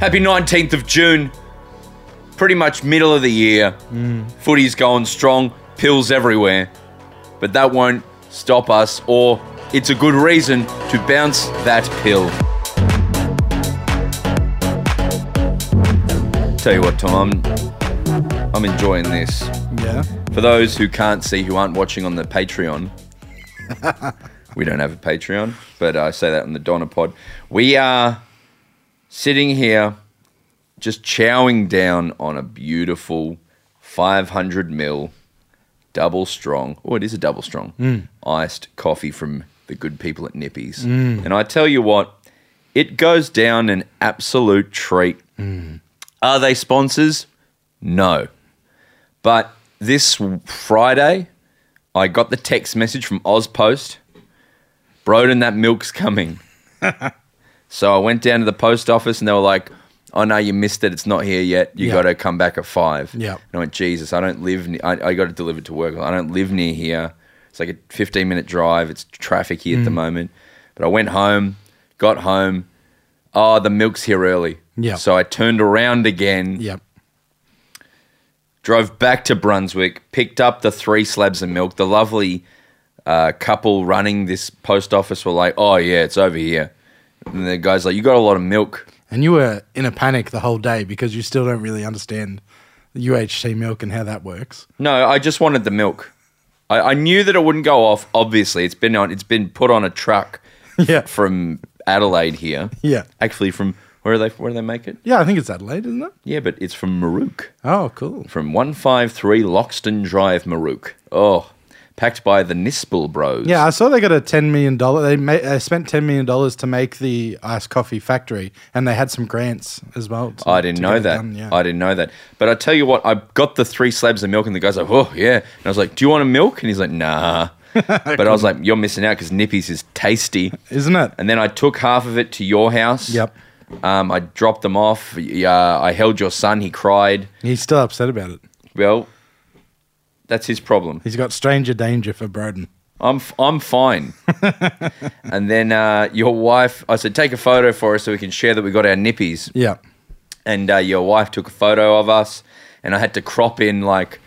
Happy 19th of June. Pretty much middle of the year. Footy's going strong, pills everywhere. But that won't stop us, or it's a good reason to bounce that pill. Tell you what, Tom, I'm, I'm enjoying this. Yeah. For those who can't see, who aren't watching on the Patreon, we don't have a Patreon, but I say that on the Donna Pod. We are sitting here just chowing down on a beautiful 500 mil double strong. Oh, it is a double strong iced coffee from the good people at Nippies. And I tell you what, it goes down an absolute treat. Are they sponsors? No. But this Friday, I got the text message from Ozpost. Broden, that milk's coming. so I went down to the post office and they were like, "Oh no, you missed it. It's not here yet. You Yeah. got to come back at five. Yeah. And I went, "Jesus, I don't live. Ne- I, I got it delivered to work. I don't live near here. It's like a 15 minute drive. It's traffic here at Mm. the moment. But I went home, got home. Oh, the milk's here early. Yeah. So I turned around again Yep. drove back to Brunswick, picked up the three slabs of milk. The lovely uh, couple running this post office were like, "Oh yeah, it's over here." And the guy's like, "You got a lot of milk." And you were in a panic the whole day because you still don't really understand the UHT milk and how that works. No, I just wanted the milk. I, I knew that it wouldn't go off. Obviously, it's been on. It's been put on a truck Yeah. from Adelaide here. Yeah. actually, from where are they? Where do they make it? Yeah, I think it's Adelaide, isn't it? Yeah, but it's from Marook. Oh, cool. from 153 Loxton Drive, Marook. Oh, packed by the Nispel Bros. Yeah, I saw they got a ten million dollar. They ma- uh, spent ten million dollars to make the iced coffee factory, and they had some grants as well. to- I didn't to get know it that. done, yeah. I didn't know that. But I tell you what, I got the three slabs of milk, and the guy's like, "Oh yeah," and I was like, "Do you want a milk?" And he's like, "Nah." but I was like, "You're missing out because Nippy's is tasty." Isn't it? And then I took half of it to your house. Yep. Um, I dropped them off. Yeah, I held your son. He cried. He's still upset about it. Well, that's his problem. He's got stranger danger for Broden. I'm f- I'm fine. and then uh, your wife, I said, take a photo for us so we can share that we got our nippies. Yeah. And uh, your wife took a photo of us, and I had to crop in like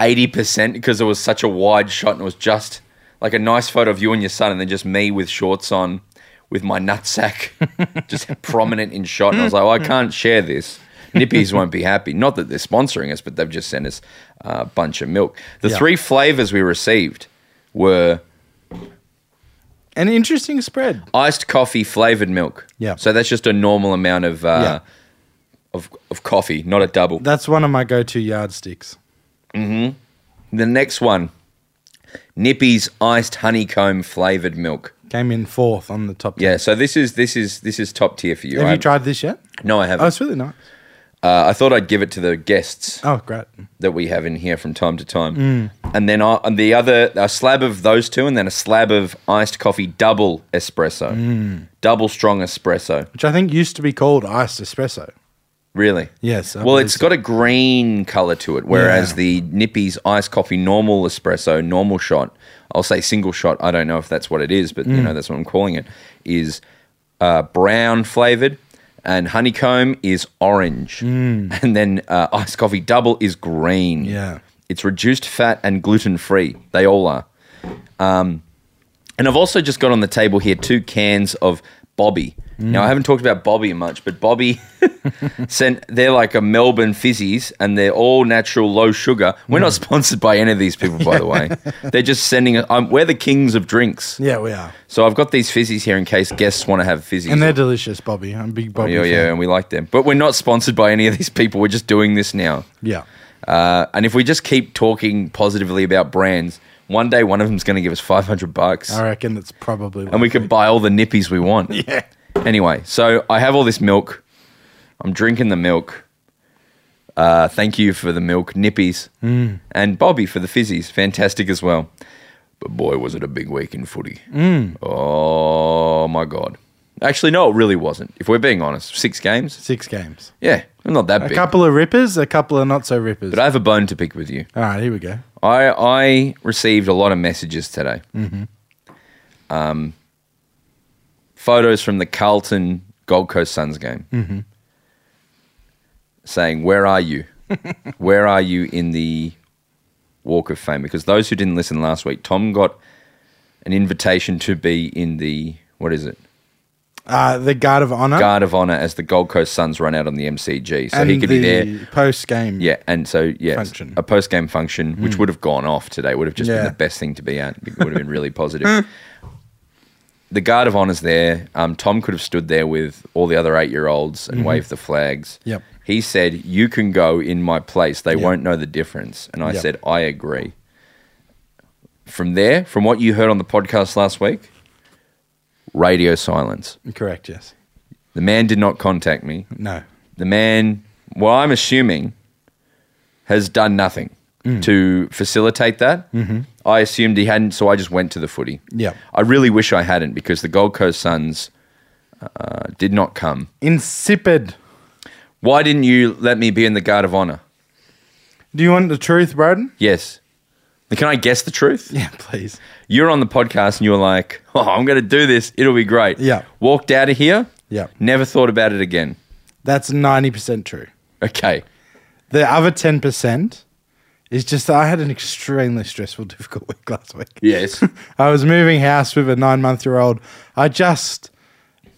eighty percent because it was such a wide shot, and it was just like a nice photo of you and your son, and then just me with shorts on, with my nutsack just prominent in shot. And I was like, well, I can't share this. Nippies won't be happy. Not that they're sponsoring us, but they've just sent us a bunch of milk. The Yeah. three flavors we received were An interesting spread. iced coffee flavored milk. Yeah. So that's just a normal amount of uh, of of coffee, not a double. That's one of my go-to yardsticks. the next one, Nippy's iced honeycomb flavored milk. Came in fourth on the top. Yeah. So this is this is this is top tier for you. Have I- you tried Oh, this yet? No, I Oh, haven't. it's really nice. Uh, I thought I'd give it to the guests Oh, great. that we have in here from time to time, Mm. and then I, and the other a slab of those two, and then a slab of iced coffee double espresso, Mm. double strong espresso. Which I think used to be called iced espresso. Really? Yes, I well, believe it's so. got a green color to it, whereas Yeah. the Nippy's iced coffee normal espresso, normal shot, I'll say single shot. I don't know if that's what it is, but Mm. you know that's what I'm calling it. Is uh, brown flavored, and honeycomb is orange, and then uh, iced coffee double is green. Mm. Yeah. it's reduced fat and gluten free. They all are. And I've also just got on the table here two cans of Bobby. Now I haven't talked about Bobby much, but Bobby sent they're like a Melbourne fizzies and they're all natural, low sugar. We're not sponsored by any of these people, by the way. They're just sending. Um, we're the kings of drinks. Yeah, we are. So I've got these fizzies here in case guests want to have fizzies. And they're delicious, Bobby. I'm a big Bobby. yeah, yeah, fan. and we like them, but we're not sponsored by any of these people. We're just doing this now. Yeah. Uh, and if we just keep talking positively about brands, one day one of them's going to give us five hundred bucks I reckon that's probably. and we can buy all the nippies we want. Yeah. Anyway, so I have all this milk. I'm drinking the milk. Uh, thank you for the milk, nippies, Mm. and Bobby for the fizzies. Fantastic as well. But boy, was it a big week in footy. Mm. Oh my god! Actually, no, it really wasn't. If we're being honest, six games. Six games. Yeah, I'm not that A big. couple of rippers, a couple of not so rippers. But I have a bone to pick with you. All right, here we go. I I received a lot of messages today. Um, Mm-hmm. Mm-hmm. photos from the Carlton Gold Coast Suns game. saying, Where are you? Where are you in the Walk of Fame? Because those who didn't listen last week, Tom got an invitation to be in the, what is it? Uh, the Guard of Honor Guard of Honor as the Gold Coast Suns run out on the MCG. So and he could the be there. post game. Yeah, and so yeah, Function. Mm. a post game function which would have gone off today would have just been Yeah. the best thing to be at. It would have been really positive. the guard of honor's there. Um, Tom could have stood there with all the other eight year olds and waved the flags. Mm-hmm. Yep. He said, "You can go in my place. They won't know the difference." And I Yep. said, "I agree." From there, from what you heard on the podcast last week, radio silence. Correct. Yes. The man did not contact me No. the man, well, I'm assuming, has done nothing Mm. to facilitate that. Mm-hmm. I assumed he hadn't, so I just went to the footy. Yeah. I really wish I hadn't because the Gold Coast Suns uh, did not come. Insipid. Why didn't you let me be in the Guard of Honor? Do you want the truth, Broden? Yes. Can I guess the truth? Yeah, please. You're on the podcast and you're like, oh, I'm going to do this. It'll be great. Yeah. Walked out of here. Yeah. Never thought about it again. That's ninety percent true. Okay. The other ten percent is just that I had an extremely stressful, difficult week last week. Yes. I was moving house with a nine month year old. I just,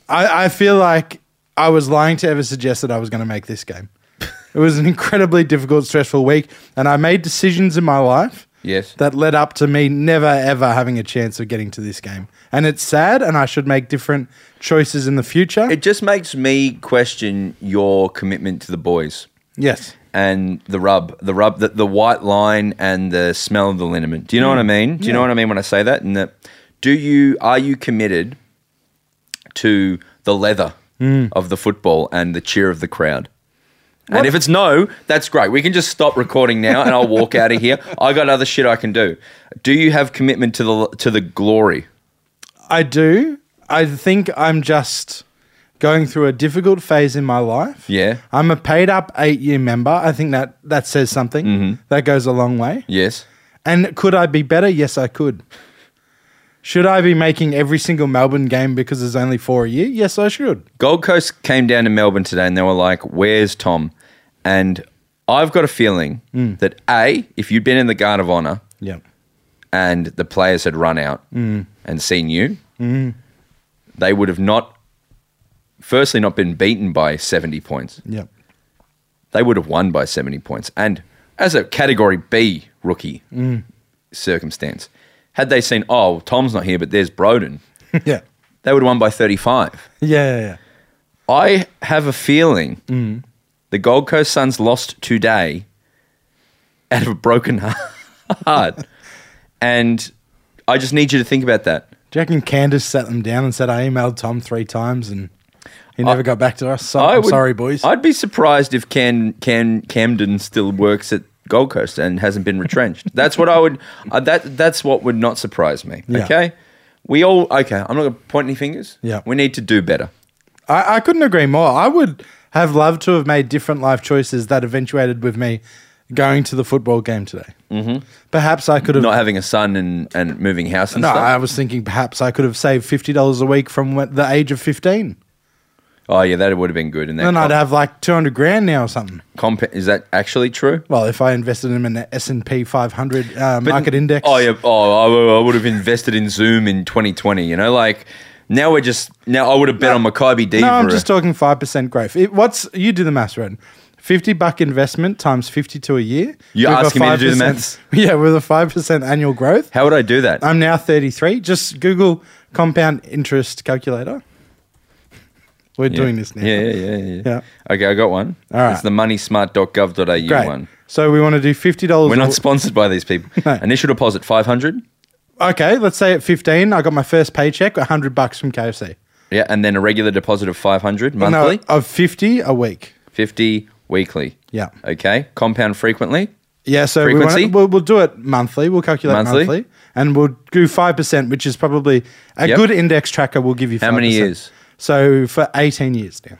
I, I feel like I was lying to ever suggest that I was going to make this game. it was an incredibly difficult, stressful week, and I made decisions in my life yes. that led up to me never ever having a chance of getting to this game. And it's sad, and I should make different choices in the future. It just makes me question your commitment to the boys yes. and the rub, the rub, the, the white line and the smell of the liniment. Do you know what I mean? Do you know what I mean when I say that? And that, do you are you committed to the leather of the football and the cheer of the crowd? And if it's no, that's great. We can just stop recording now, and I'll walk out of here. I got other shit I can do. Do you have commitment to the to the glory? I do. I think I'm just going through a difficult phase in my life. Yeah. I'm a paid up eight year member. I think that that says something. Mm-hmm. That goes a long way. Yes. And could I be better? Yes, I could. Should I be making every single Melbourne game because there's only four a year? Yes, I should. Gold Coast came down to Melbourne today and they were like, Where's Tom? And I've got a feeling that A, if you'd been in the Guard of Honor Yeah. and the players had run out and seen you, they would have not, firstly, not been beaten by 70 points. Yeah. They would have won by 70 points. And as a category B rookie circumstance, had they seen, Oh, Tom's not here, but there's Broden, yeah. they would have won by 35. Yeah. Yeah. Yeah. I have a feeling Mm. the Gold Coast Suns lost today out of a broken heart. and I just need you to think about that. Do you reckon Candace sat them down and said, I emailed Tom three times and he never got back to us? So, I I'm would- sorry, boys. I'd be surprised if Cam, Cam, Camden still works at Gold Coast and hasn't been retrenched. that's what I would. Uh, that that's what would not surprise me. Yeah. Okay, we all okay. I'm not going to point any fingers. Yeah. we need to do better. I, I couldn't agree more. I would have loved to have made different life choices that eventuated with me going to the football game today. Mm-hmm. Perhaps I could have. Not having a son and, and moving house and no, stuff. I was thinking perhaps I could have saved fifty dollars a week from when, the age of fifteen, oh yeah, that would have been good. And that and I'd comp- have like two hundred grand now or something. comp- is that actually true? Well, if I invested in an S and P five hundred uh, But- market index. Oh yeah. Oh, I w- I, would have invested in Zoom in 2020. You know, like now we're just now I would have bet on Maccabi D. No, for I'm a- just talking five percent growth. It, what's you do the maths, Red? Fifty buck investment times fifty two a year. You're with a asking me to do the 5% maths? Yeah, with a five percent annual growth. how would I do that? I'm now 33. Just Google compound interest calculator. We're Yeah. doing this now. Yeah, yeah, yeah, yeah, Yeah. Okay, I got one. All right. It's the moneysmart.gov.au Great. one. So we want to do fifty dollars. We're not sponsored by these people. No. Initial deposit 500. okay. Let's say at fifteen, I got my first paycheck, hundred bucks from KFC. Yeah, and then a regular deposit of 500 No, monthly, of fifty a week. 50 weekly. Yeah. Okay. Compound frequently. Yeah. So we Frequency? want we'll, we'll do it monthly. We'll calculate Monthly? monthly, and we'll do five percent, which is probably a Yep. good index tracker. will give you 5%. How many years? So for eighteen years now.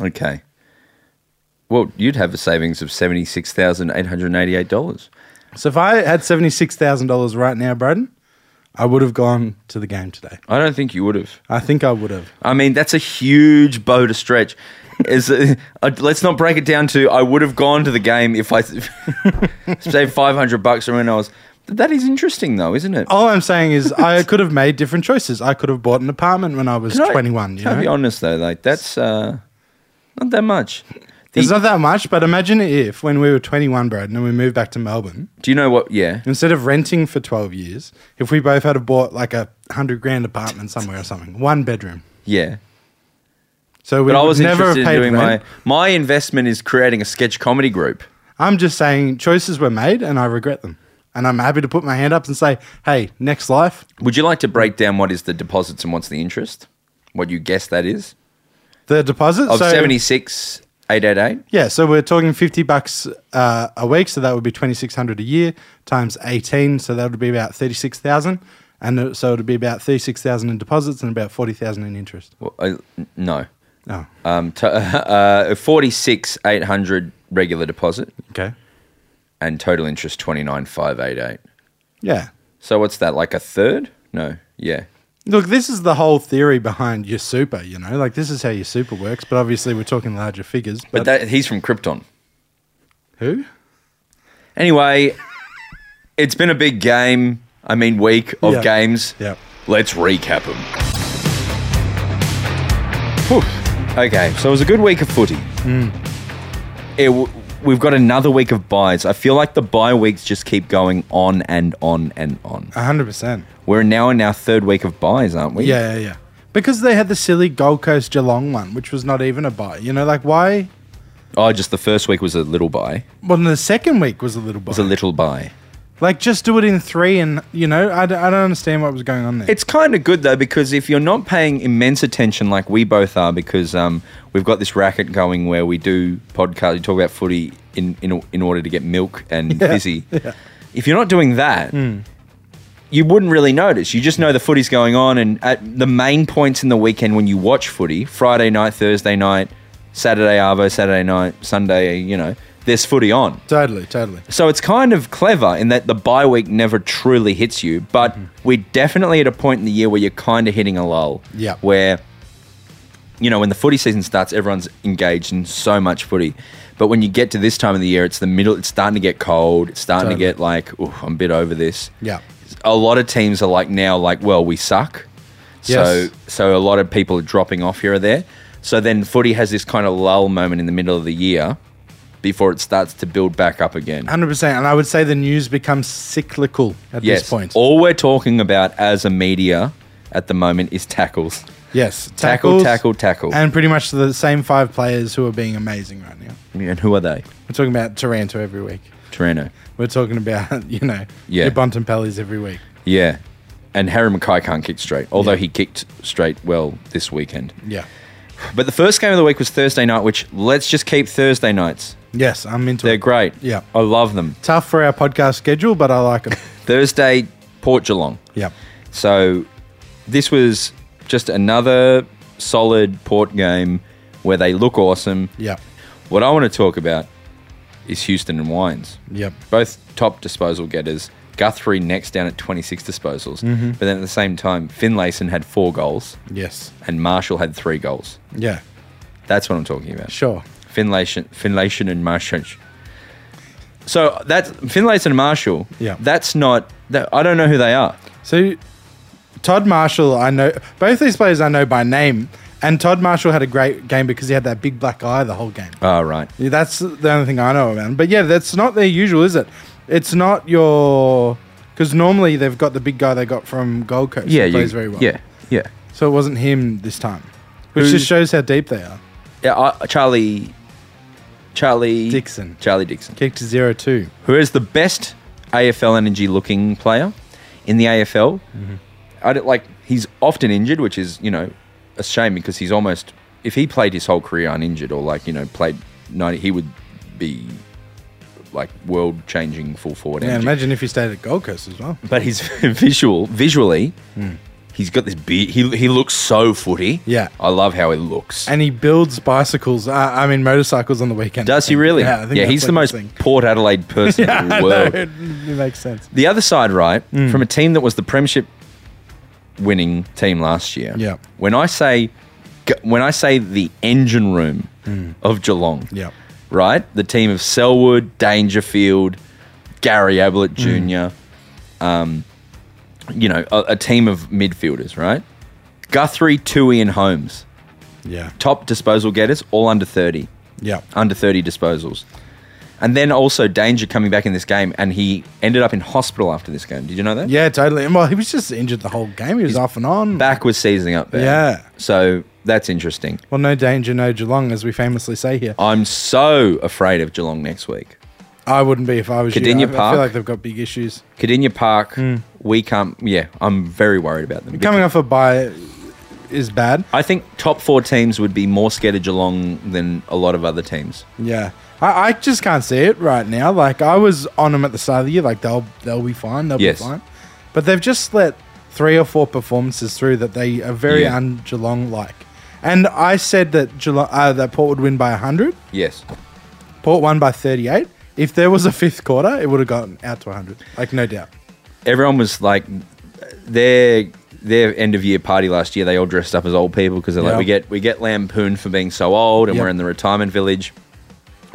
Okay. Well, you'd have a savings of $76,888. So if I had seventy six thousand dollars right now, Braden, I would have gone to the game today. I don't think you would have. I think I would have. I mean, that's a huge bow to stretch. is uh, uh, let's not break it down to I would have gone to the game if I saved five hundred bucks or when I was. That is interesting though, isn't it? All I'm saying is I could have made different choices. I could have bought an apartment when I was Can I- 21. You Can I be know, honest though? Like that's uh, not that much. The- it's not that much, but imagine if when we were 21, Brad, and we moved back to Melbourne, do you know what? Yeah, instead of renting for 12 years, if we both had have bought like a hundred grand apartment somewhere or something, one bedroom. yeah. So we But I would was never have interested in paid doing rent. my my investment is creating a sketch comedy group. I'm just saying choices were made and I regret them. And I'm happy to put my hand up and say, hey, next life, Would you like to break down what is the deposits and what's the interest? What you guess that is the deposit. of seventy six eight eight eight. Yeah, so we're talking 50 bucks uh, a week, so that would be 2600 a year times 18, so that would be about 36,000 and uh, so it would be about 36,000 in deposits and about 40,000 in interest. Well, I- n- no. Oh, Um, t- uh, forty six eight hundred regular deposit okay. and total interest twenty nine five eight eight. Yeah. So what's that? Like a third? No. Yeah. Look, this is the whole theory behind your super, you know? Like this is how your super works, but obviously we're talking larger figures. But, But that he's from Krypton. who? Anyway, it's been a big game. I mean, week of Yeah. games. Yeah. Let's recap them. Okay, so it was a good week of footy. Mm. It w- we've got another week of buys. I feel like the buy weeks just keep going on and on and on. 100%. We're now in our third week of buys, aren't we? Yeah, yeah, yeah. Because they had the silly Gold Coast Geelong one, which was not even a buy. You know, like why? Oh, just the first week was a little buy. Well, the second week was a little buy. It was a little buy. Like, just do it in three, and you know, I, d- I don't understand what was going on there. It's kind of good though because if you're not paying immense attention like we both are, because um, we've got this racket going where we do podcast, we talk about footy in in, in order to get milk and Yeah, busy. If you're not doing that, you wouldn't really notice. You just know the footy's going on, and at the main points in the weekend when you watch footy, Friday night, Thursday night, Saturday arvo, Saturday night, Sunday, you know, there's footy on. totally, totally. So it's kind of clever in that the bye week never truly hits you, but Mm-hmm. we're definitely at a point in the year where you're kind of hitting a lull. Yeah. Where, you know, when the footy season starts, everyone's engaged in so much footy. But when you get to this time of the year, it's the middle, it's starting to get cold. It's starting Totally. to get like, oh, I'm a bit over this. Yeah. A lot of teams are like now, like, well, we suck. Yes. So, so a lot of people are dropping off here or there. So then footy has this kind of lull moment in the middle of the year before it starts to build back up again. 100%. And I would say the news becomes cyclical at this point. All we're talking about as a media at the moment is tackles. yes. Tackle, Tackles, tackle, tackle. And, And pretty much the same five players who are being amazing right now. who are they? We're talking about Taranto every week. Torino. We're talking about, you know, Yeah. your Bontempellis every week. Yeah. And Harry Mackay can't kick straight, although he kicked straight well this weekend. Yeah. But the first game of the week was Thursday night, which let's just keep Thursday nights. Yes, I'm into They're it. great. Yeah. I love them. Tough for our podcast schedule, but I like it. Thursday, Port Geelong. yeah. So this was just another solid Port game where they look awesome. Yeah. What I want to talk about is Houston and Wines. Yep. Both top disposal getters. Guthrie next down at 26 disposals. Mm-hmm. But then at the same time, Finlayson had four goals Yes. and Marshall had three goals. Yeah. That's what I'm talking about. Sure. Finlayson, Finlayson and Marshall. So that's Finlayson and Marshall. Yeah. That's not, that, I don't know who they are. So, Todd Marshall, I know both these players I know by name, and Todd Marshall had a great game because he had that big black eye the whole game. Oh, right. Yeah, That's the only thing I know about. him. But yeah, that's not their usual, is it? It's not your because normally they've got the big guy they got from Gold Coast. Yeah. who you- plays very well. Yeah. Yeah. So it wasn't him this time, which Who- just shows how deep they are. yeah I, Charlie, Charlie Dixon. Charlie Dixon. Kicked to zero two. who is the best AFL energy looking player in the AFL. Mm-hmm. I don't, like he's often injured, which is you know a shame because he's almost if he played his whole career uninjured or like you know played ninety, he would be like world changing full forward. Yeah, energy. imagine if he stayed at Gold Coast as well. But his visual visually. He's got this beard. He, he looks so footy. Hmm. Yeah. I love how he looks. And he builds bicycles. Uh, I mean, motorcycles on the weekend. Does he really? Yeah, I think yeah that's he's the like most his thing. Port Adelaide person in I the know, world. it makes sense. The other side, right, from a team that was the premiership winning team last year. Yeah. When I say g- when I say the engine room of Geelong, Yep. right? The team of Selwood, Dangerfield, Gary Ablett Jr., um, you know, a, a team of midfielders, right? Guthrie, Tui, and Holmes, Yeah. top disposal getters, all under 30 Yeah. under 30 disposals. And then also Danger coming back in this game, and he ended up in hospital after this game. Did you know that? Yeah, totally. And well, he was just injured the whole game. He was off and on. Back was seizing up there. Yeah. So that's interesting. Well, no danger, no Geelong, as we famously say here. I'm so afraid of Geelong next week. I wouldn't be if I was Cardinia you. I, I Park. feel like they've got big issues. Cadinia Park, we can't. Yeah, I'm very worried about them. Hmm. Coming off a bye is bad. I think top four teams would be more scared of Geelong than a lot of other teams. Yeah. I, I just can't see it right now. Like I was on them at the start of the year, like they'll they'll be fine, they'll Yes. be fine. But they've just let three or four performances through that they are very Yeah. un Geelong like. And I said that Geelong, uh, that Port would win by hundred. Yes. Port won by thirty eight. If there was a fifth quarter, it would have gotten out to hundred, like no doubt. everyone was like their their end of year party last year. They all dressed up as old people because they're Yeah. like we get we get lampooned for being so old, and Yep. we're in the retirement village.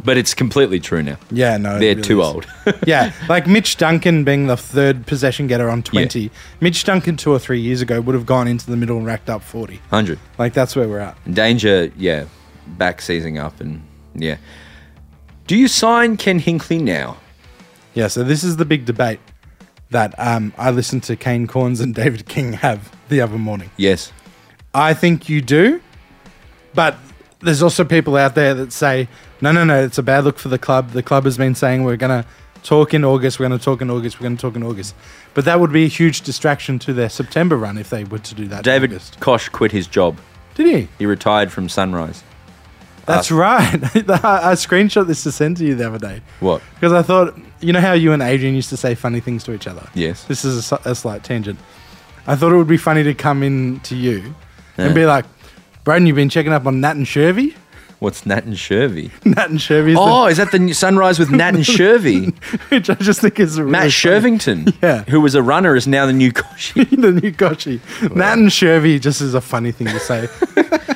But it's completely true now. Yeah, no, it They're really too is. old. yeah, like Mitch Duncan being the third possession getter on twenty. Mitch Duncan two or three years ago would have gone into the middle and racked up forty. Hundred Like that's where we're at. danger. Yeah, back seizing up and yeah. Do you sign Ken Hinckley now? Yeah, so this is the big debate that um, I listened to Kane Corns and David King have the other morning. Yes. I think you do, but there's also people out there that say, no, no, no, it's a bad look for the club. The club has been saying we're going to talk in August, we're going to talk in August, we're going to talk in August. But that would be a huge distraction to their September run if they were to do that. in David August. Kosh quit his job. Did he? He retired from Sunrise. That's right. I I screenshot this to send to you the other day. What? Because I thought, you know how you and Adrian used to say funny things to each other? Yes. This is a s- a, slight tangent. I thought it would be funny to come in to you Yeah. and be like, Braden, you've been checking up on Nat and Shervy? What's Nat and Shervy? Nat and Shervy is Oh, is that the new Sunrise with Nat and Shervy? the, which I just think is a really Matt funny- Shervington, Yeah. who was a runner, is now the new Koshy. the new Goshi. Nat and Shervy just is a funny thing to say.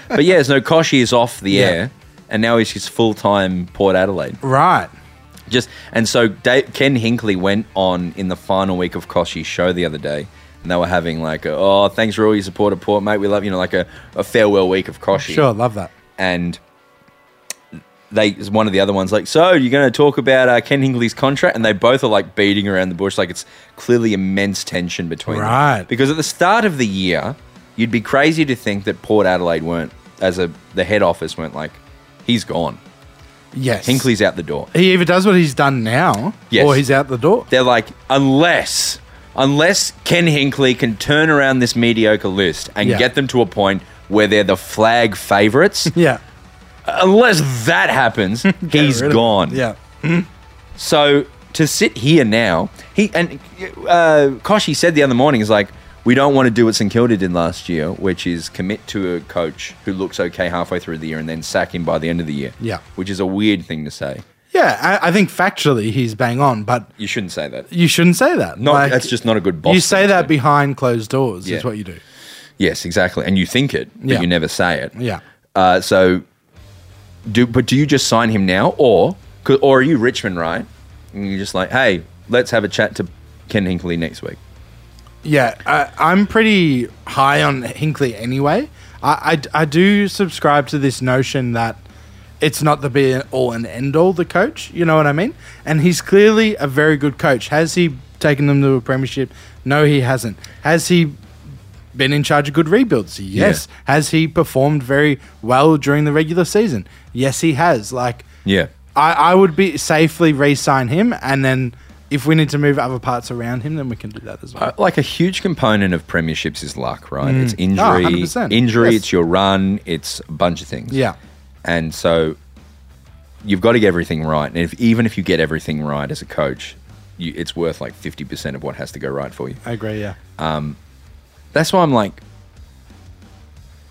but yeah, so Koshy is off the Yeah. air, and now he's just full time Port Adelaide. right. Just and so Da Ken Hinkley went on in the final week of Koshy's show the other day, and they were having like, a, oh, thanks for all your support of Port, mate. We love you know like a, a farewell week of Koshy. Sure, love that. and. They one of the other ones like so you're going to talk about uh, Ken Hinkley's contract and they both are like beating around the bush like it's clearly immense tension between them. Right. because at the start of the year, you'd be crazy to think that Port Adelaide weren't, as a the head office weren't like, he's gone. Yes. Hinkley's out the door. He either does what he's done now Yes. or he's out the door. They're like, unless, unless Ken Hinkley can turn around this mediocre list and Yeah. get them to a point where they're the flag favourites, Yeah. unless that happens, he's Get rid of- gone. Yeah. So to sit here now, he and uh, Koshy said the other morning is like, we don't want to do what St Kilda did last year, which is commit to a coach who looks okay halfway through the year and then sack him by the end of the year. Yeah. which is a weird thing to say. Yeah. I, I think factually he's bang on, but You shouldn't say that. you shouldn't say that. No, Like, that's just not a good boss. You thing say to that behind closed doors Yeah. is what you do. yes, exactly, and you think it, but Yeah. you never say it. Yeah. Uh, so, do but do you just sign him now, or could- or are you Richmond right? And you're just like, hey, let's have a chat to Ken Hinkley next week. Yeah, I, I'm pretty high on Hinkley anyway. I, I, I do subscribe to this notion that it's not the be all and end all, the coach. You know what I mean? And he's clearly a very good coach. Has he taken them to a premiership? No, he hasn't. Has he been in charge of good rebuilds? Yes. Has he performed very well during the regular season? Yes, he has. Like, Yeah. I, I would be safely re-sign him, and then if we need to move other parts around him, then we can do that as well. Uh, like a huge component of premierships is luck, right? It's Mm. injury, 100%. injury. Ah, Yes. It's your run. It's a bunch of things. yeah, and so you've got to get everything right. And if even if you get everything right as a coach, you, it's worth like fifty percent of what has to go right for you. I agree. Yeah, That's why I'm like,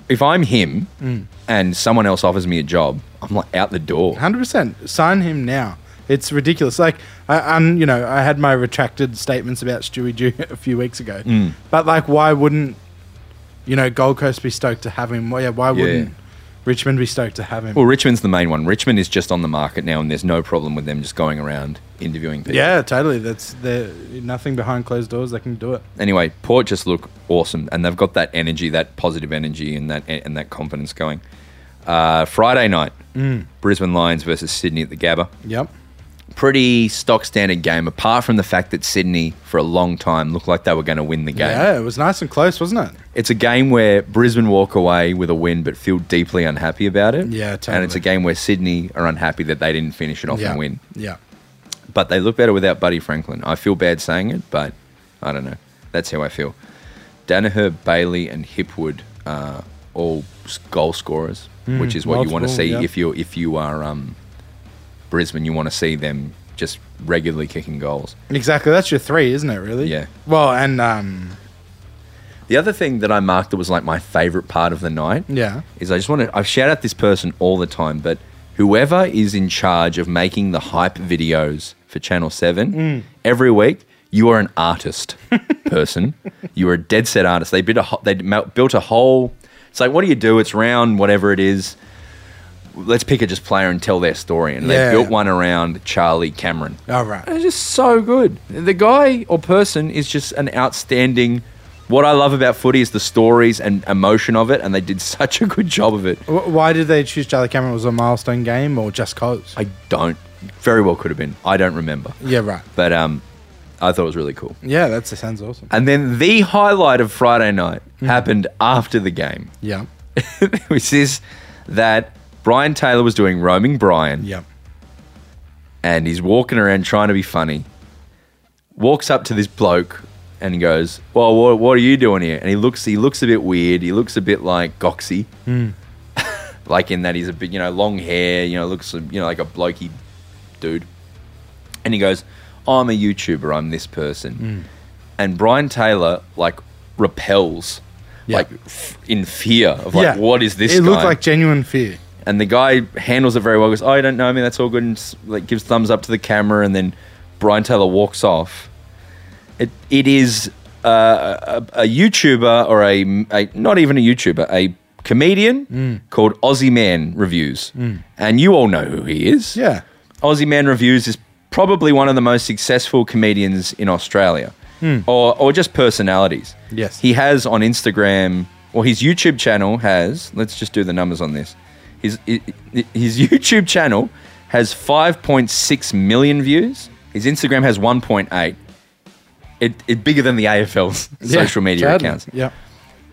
if I'm him Mm. and someone else offers me a job, I'm like out the door. hundred percent. Sign him now. It's ridiculous. Like I, I'm, you know, I had my retracted statements about Stewie Jew a few weeks Mm. ago, but like, why wouldn't you know Gold Coast be stoked to have him? Why- Yeah, why wouldn't Richmond be stoked to have him. Well, Richmond's the main one. Richmond is just on the market now, and there's no problem with them just going around interviewing people. yeah, totally. That's there. Nothing behind closed doors. They can do it. Anyway, Port just look awesome, and they've got that energy, that positive energy, and that and that confidence going. Uh, Friday night, Mm. Brisbane Lions versus Sydney at the Gabba. Yep. Pretty stock standard game, apart from the fact that Sydney, for a long time, looked like they were going to win the game. Yeah, it was nice and close, wasn't it? It's a game where Brisbane walk away with a win but feel deeply unhappy about it. Yeah, And it's a totally. game where Sydney are unhappy that they didn't finish it off yeah. and win. Yeah. But they look better without Buddy Franklin. I feel bad saying it, but I don't know. That's how I feel. Danaher, Bailey, and Hipwood are all s- goal scorers, which is what you want to multiple, see Hmm. yeah. if you if you are um, Brisbane. You want to see them just regularly kicking goals. Exactly. That's your three, isn't it? Really? Yeah. Well, and um, The other thing that I marked that was like my favorite part of the night yeah. is I just want to I shout out this person all the time, but whoever is in charge of making the hype videos for Channel Seven every week, you are an artist person. You are a dead set artist. They built a ho- they mou- built a whole. It's like what do you do? It's round, whatever it is. Let's pick a just player and tell their story, and Yeah. they built one around Charlie Cameron. All right. It's just so good. The guy or person is just an outstanding. What I love about footy is the stories and emotion of it, and they did such a good job of it. Wh- Why did they choose Charlie Cameron? Was it a milestone game or just cause? I don't. Very well could have been. I don't remember. yeah, right. But um, I thought it was really cool. Yeah, that's, that sounds awesome. And then the highlight of Friday night happened after the game, Yeah. which is that Brian Taylor was doing roaming Brian. Yeah. and he's walking around trying to be funny. Walks up to this bloke and goes, "Well, what, what are you doing here?" And he looks he looks a bit weird. He looks a bit like Goxie, Hmm. like in that he's a bit you know long hair, you know looks you know like a blokey dude. And he goes, "I'm a YouTuber. I'm this person." Hmm. And Brian Taylor like repels. Yeah. Like f- in fear of like, yeah. what is this? It guy? looked like genuine fear. and the guy handles it very well. Goes, "Oh, you don't know me. That's all good." And s- like gives thumbs up to the camera, and then Brian Taylor walks off. It it is uh, a, a YouTuber or a, a not even a YouTuber, a comedian called Aussie Man Reviews, and you all know who he is. Yeah. Aussie Man Reviews is probably one of the most successful comedians in Australia, or or just personalities. Hmm. Yes. he has on Instagram or his YouTube channel has. Let's just do the numbers on this. His i- i- his YouTube channel has 5.6 million views. His Instagram has 1.8. It, it bigger than the AFL's social Yeah, media totally. accounts Yeah.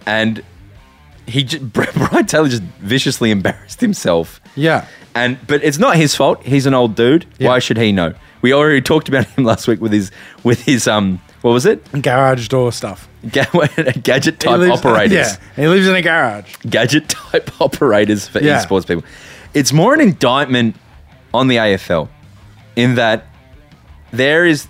and he j- Brian Taylor just viciously embarrassed himself. Yeah. And but it's not his fault. He's an old dude. Yeah. Why should he know? We already talked about him last week with his with his um what was it? Garage door stuff. Ga- gadget He type lives- uh, operators. Yeah. He lives in a garage. Gadget type operators for Yeah. esports people. It's more an indictment on the AFL in that there is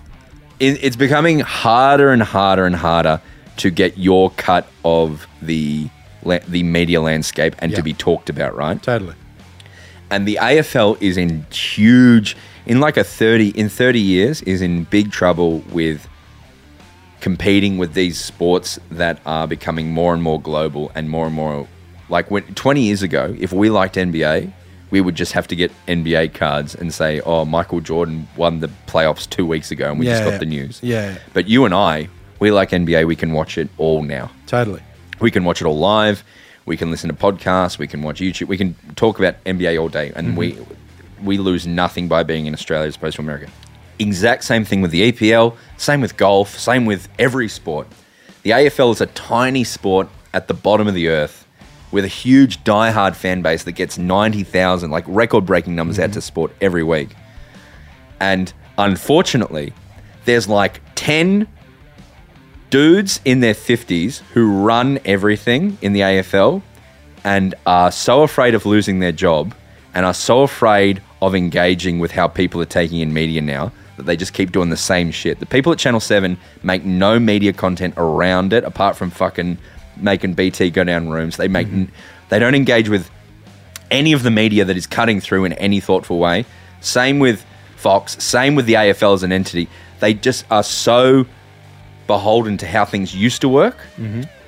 it, it's becoming harder and harder and harder to get your cut of the la- the media landscape and Yeah. to be talked about, right? Totally. And the AFL is in huge in like a 30 in 30 years is in big trouble with competing with these sports that are becoming more and more global and more and more like when 20 years ago if we liked NBA we would just have to get NBA cards and say oh Michael Jordan won the playoffs 2 weeks ago and we just Yeah, got yeah. the news Yeah. but you and I we like NBA we can watch it all now Totally. we can watch it all live. We can listen to podcasts. We can watch YouTube. We can talk about NBA all day, and we we lose nothing by being in Australia as opposed to America. Exact same thing with the EPL. Same with golf. Same with every sport. The AFL is a tiny sport at the bottom of the earth with a huge diehard fan base that gets ninety thousand, like record-breaking numbers out to sport every week. And unfortunately, there's like 10 dudes in their 50s who run everything in the AFL and are so afraid of losing their job and are so afraid of engaging with how people are taking in media now that they just keep doing the same shit. The people at Channel 7 make no media content around it apart from fucking making BT go down rooms. They make n they don't engage with any of the media that is cutting through in any thoughtful way. Same with Fox, same with the AFL as an entity. They just are so beholden to how things used to work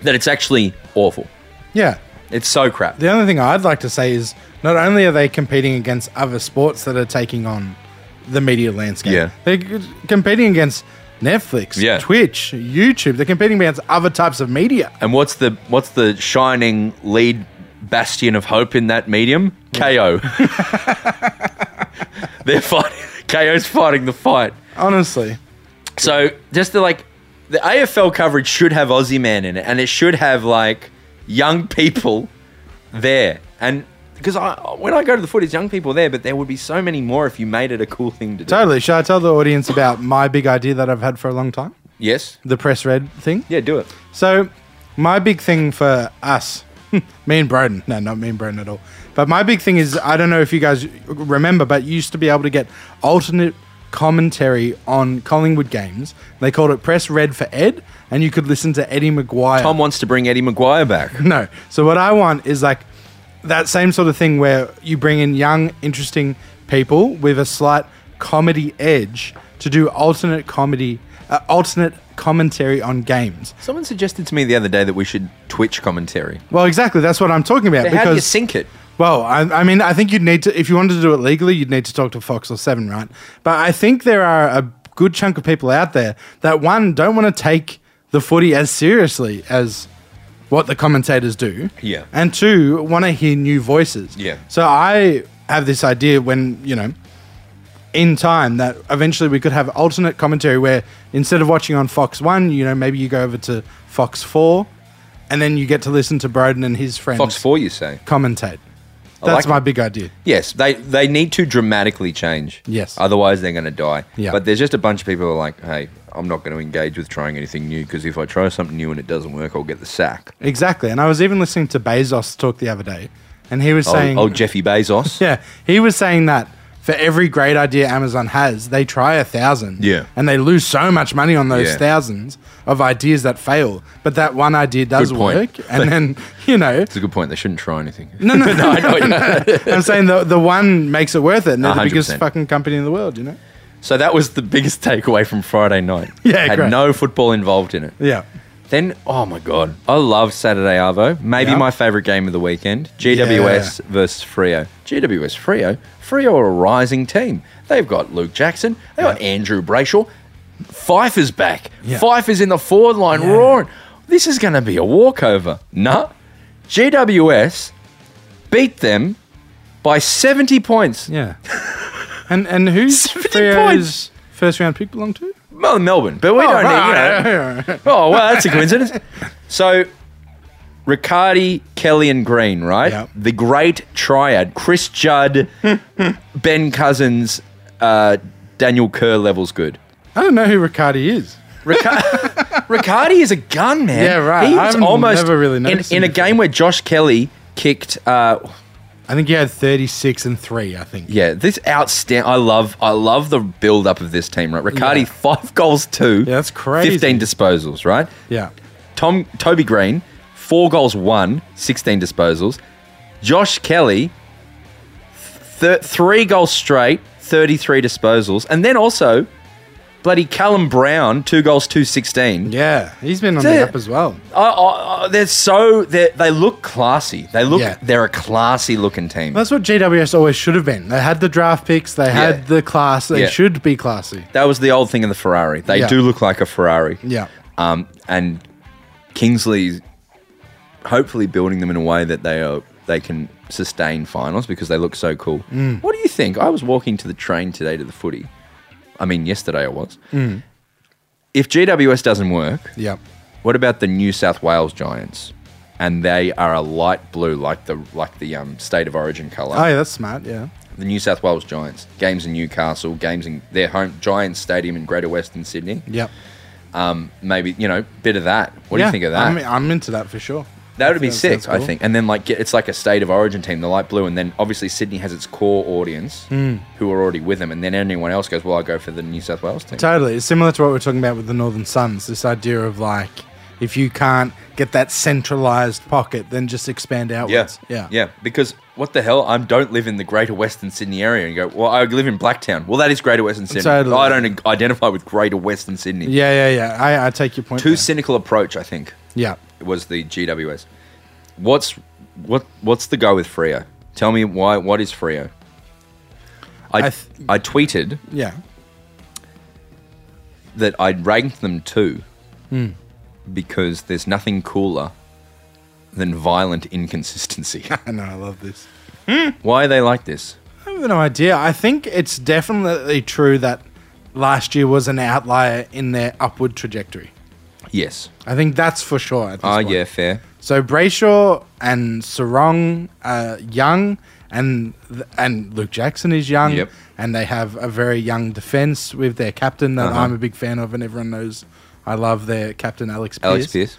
that it's actually awful. Yeah. It's so crap. The only thing I'd like to say is not only are they competing against other sports that are taking on the media landscape, Yeah. they're c- competing against Netflix, Yeah. Twitch, YouTube. They're competing against other types of media. And what's the what's the shining lead bastion of hope in that medium? KO. They're fighting. KO's fighting the fight. Honestly, So just the like the AFL coverage should have Aussie man in it, and it should have like young people there, and because I when I go to the footage, young people there, but there would be so many more if you made it a cool thing to do. totally. Should I tell the audience about my big idea that I've had for a long time? Yes. The press red thing. Yeah, do it. So, my big thing for us, me and Broden, no, not me and Broden at all. But my big thing is, I don't know if you guys remember, but you used to be able to get alternate commentary on Collingwood games. They called it Press Red for Ed, and you could listen to Eddie McGuire. Tom wants to bring Eddie Maguire back. No. So what I want is like that same sort of thing where you bring in young, interesting people with a slight comedy edge to do alternate comedy, uh, alternate commentary on games. Someone suggested to me the other day that we should Twitch commentary. Well, exactly. That's what I'm talking about. But because how do you sync it? Well, I, I mean, I think you'd need to, if you wanted to do it legally, you'd need to talk to Fox or Seven, right? But I think there are a good chunk of people out there that, one, don't want to take the footy as seriously as what the commentators do. Yeah. And two, want to hear new voices. Yeah. So I have this idea when, you know, in time that eventually we could have alternate commentary where instead of watching on Fox 1, you know, maybe you go over to Fox 4 and then you get to listen to Broden and his friends Fox Four, you say? commentate. I That's like my it. big idea. Yes, they they need to dramatically change. Yes. otherwise they're going to die. Yeah. but there's just a bunch of people who are like, hey, I'm not going to engage with trying anything new because if I try something new and it doesn't work, I'll get the sack. Exactly. And I was even listening to Bezos talk the other day, and he was Old, saying, old Jeffy Bezos. yeah, he was saying that for every great idea Amazon has, they try a thousand. Yeah. And they lose so much money on those Yeah. thousands of ideas that fail. But that one idea does Good point. work. And then, you know, It's a good point. They shouldn't try anything. no, no, I know, yeah. I'm saying the, the one makes it worth it. And they're the biggest 100%. fucking company in the world, you know? So that was the biggest takeaway from Friday night. Yeah, had great. no football involved in it. Yeah. Then, oh my god, I love Saturday Arvo. Maybe Yeah. my favorite game of the weekend: GWS versus Frio. GWS Frio. Frio are a rising team. They've got Luke Jackson. They have got Andrew Brayshaw. Fife is back. Yeah. Fife is in the forward line, Yeah. roaring. This is going to be a walkover. Nah, GWS beat them by seventy points. Yeah. and and who's 70 Frio's points. first round pick belong to? Well, Melbourne, but we Oh, don't need. You know, right, right, right. Oh, well, that's a coincidence. So, Riccardi, Kelly, and Green, right? Yep. The great triad. Chris Judd, Ben Cousins, uh, Daniel Kerr levels good. I don't know who Riccardi is. Ricca- Riccardi is a gun, man. Yeah, right. He I was haven't- almost never really in, noticed in him a game where Josh Kelly kicked. Uh, I think he had 36 and 3, I think. yeah, this outstanding. I love. I love the build up of this team, right? Riccardi, Yeah. five goals, two. Yeah, that's crazy. Fifteen disposals, right? Yeah. Tom Toby Green, four goals, one, 16 disposals. Josh Kelly, th- three goals straight, 33 disposals. And then also, bloody Callum Brown, two goals, two, 16. Yeah. He's been on Yeah. the up as well. I- I- I- they're so, they're, they look classy. They look, Yeah. they're a classy looking team. That's what GWS always should have been. They had the draft picks, they had Yeah. the class, they Yeah. should be classy. that was the old thing in the Ferrari. They Yeah. do look like a Ferrari. Yeah. um, and Kingsley's hopefully building them in a way that they are they can sustain finals because they look so cool. Mm. What do you think? I was walking to the train today to the footy. I mean, yesterday I was. Mm. If GWS doesn't work, Yeah. what about the New South Wales Giants? And they are a light blue, like the like the um, state of origin color Oh, yeah, that's smart. Yeah. the New South Wales Giants. Games in Newcastle, games in their home Giants Stadium in Greater Western Sydney. Yeah. Maybe you know, bit of that. What do Yeah. you think of that? I'm, I'm into that for sure. that would be That sick, sounds I cool. think. And then like get, it's like a state of origin team, the light blue, and then obviously Sydney has its core audience Hmm. who are already with them, and then anyone else goes, well, I go for the New South Wales team. Totally. It's similar to what we we're talking about with the Northern Suns this idea of like, if you can't get that centralized pocket, then just expand Yeah. outwards. Yeah. yeah. Because what the hell? I don't live in the Greater Western Sydney area. And you go, well, I live in Blacktown. Well, that is Greater Western Sydney. Totally. I don't identify with Greater Western Sydney. Yeah. Yeah. Yeah. I, I take your point. Too there. cynical approach, I think. yeah. was the GWS. What's what what's the go with Frio? Tell me why. What is Frio? I I, I th- tweeted Yeah. that I ranked them two Hmm. because there's nothing cooler than violent inconsistency. I know. I love this. why are they like this? I have no idea. I think it's definitely true that last year was an outlier in their upward trajectory. Yes. I think that's for sure. At this Ah, point. yeah, fair. So Brayshaw and Sarong are young, and th- and Luke Jackson is young, Yep. and they have a very young defense with their captain that Uh-huh. I'm a big fan of, and everyone knows I love their captain Alex. Pierce. Alex Pierce.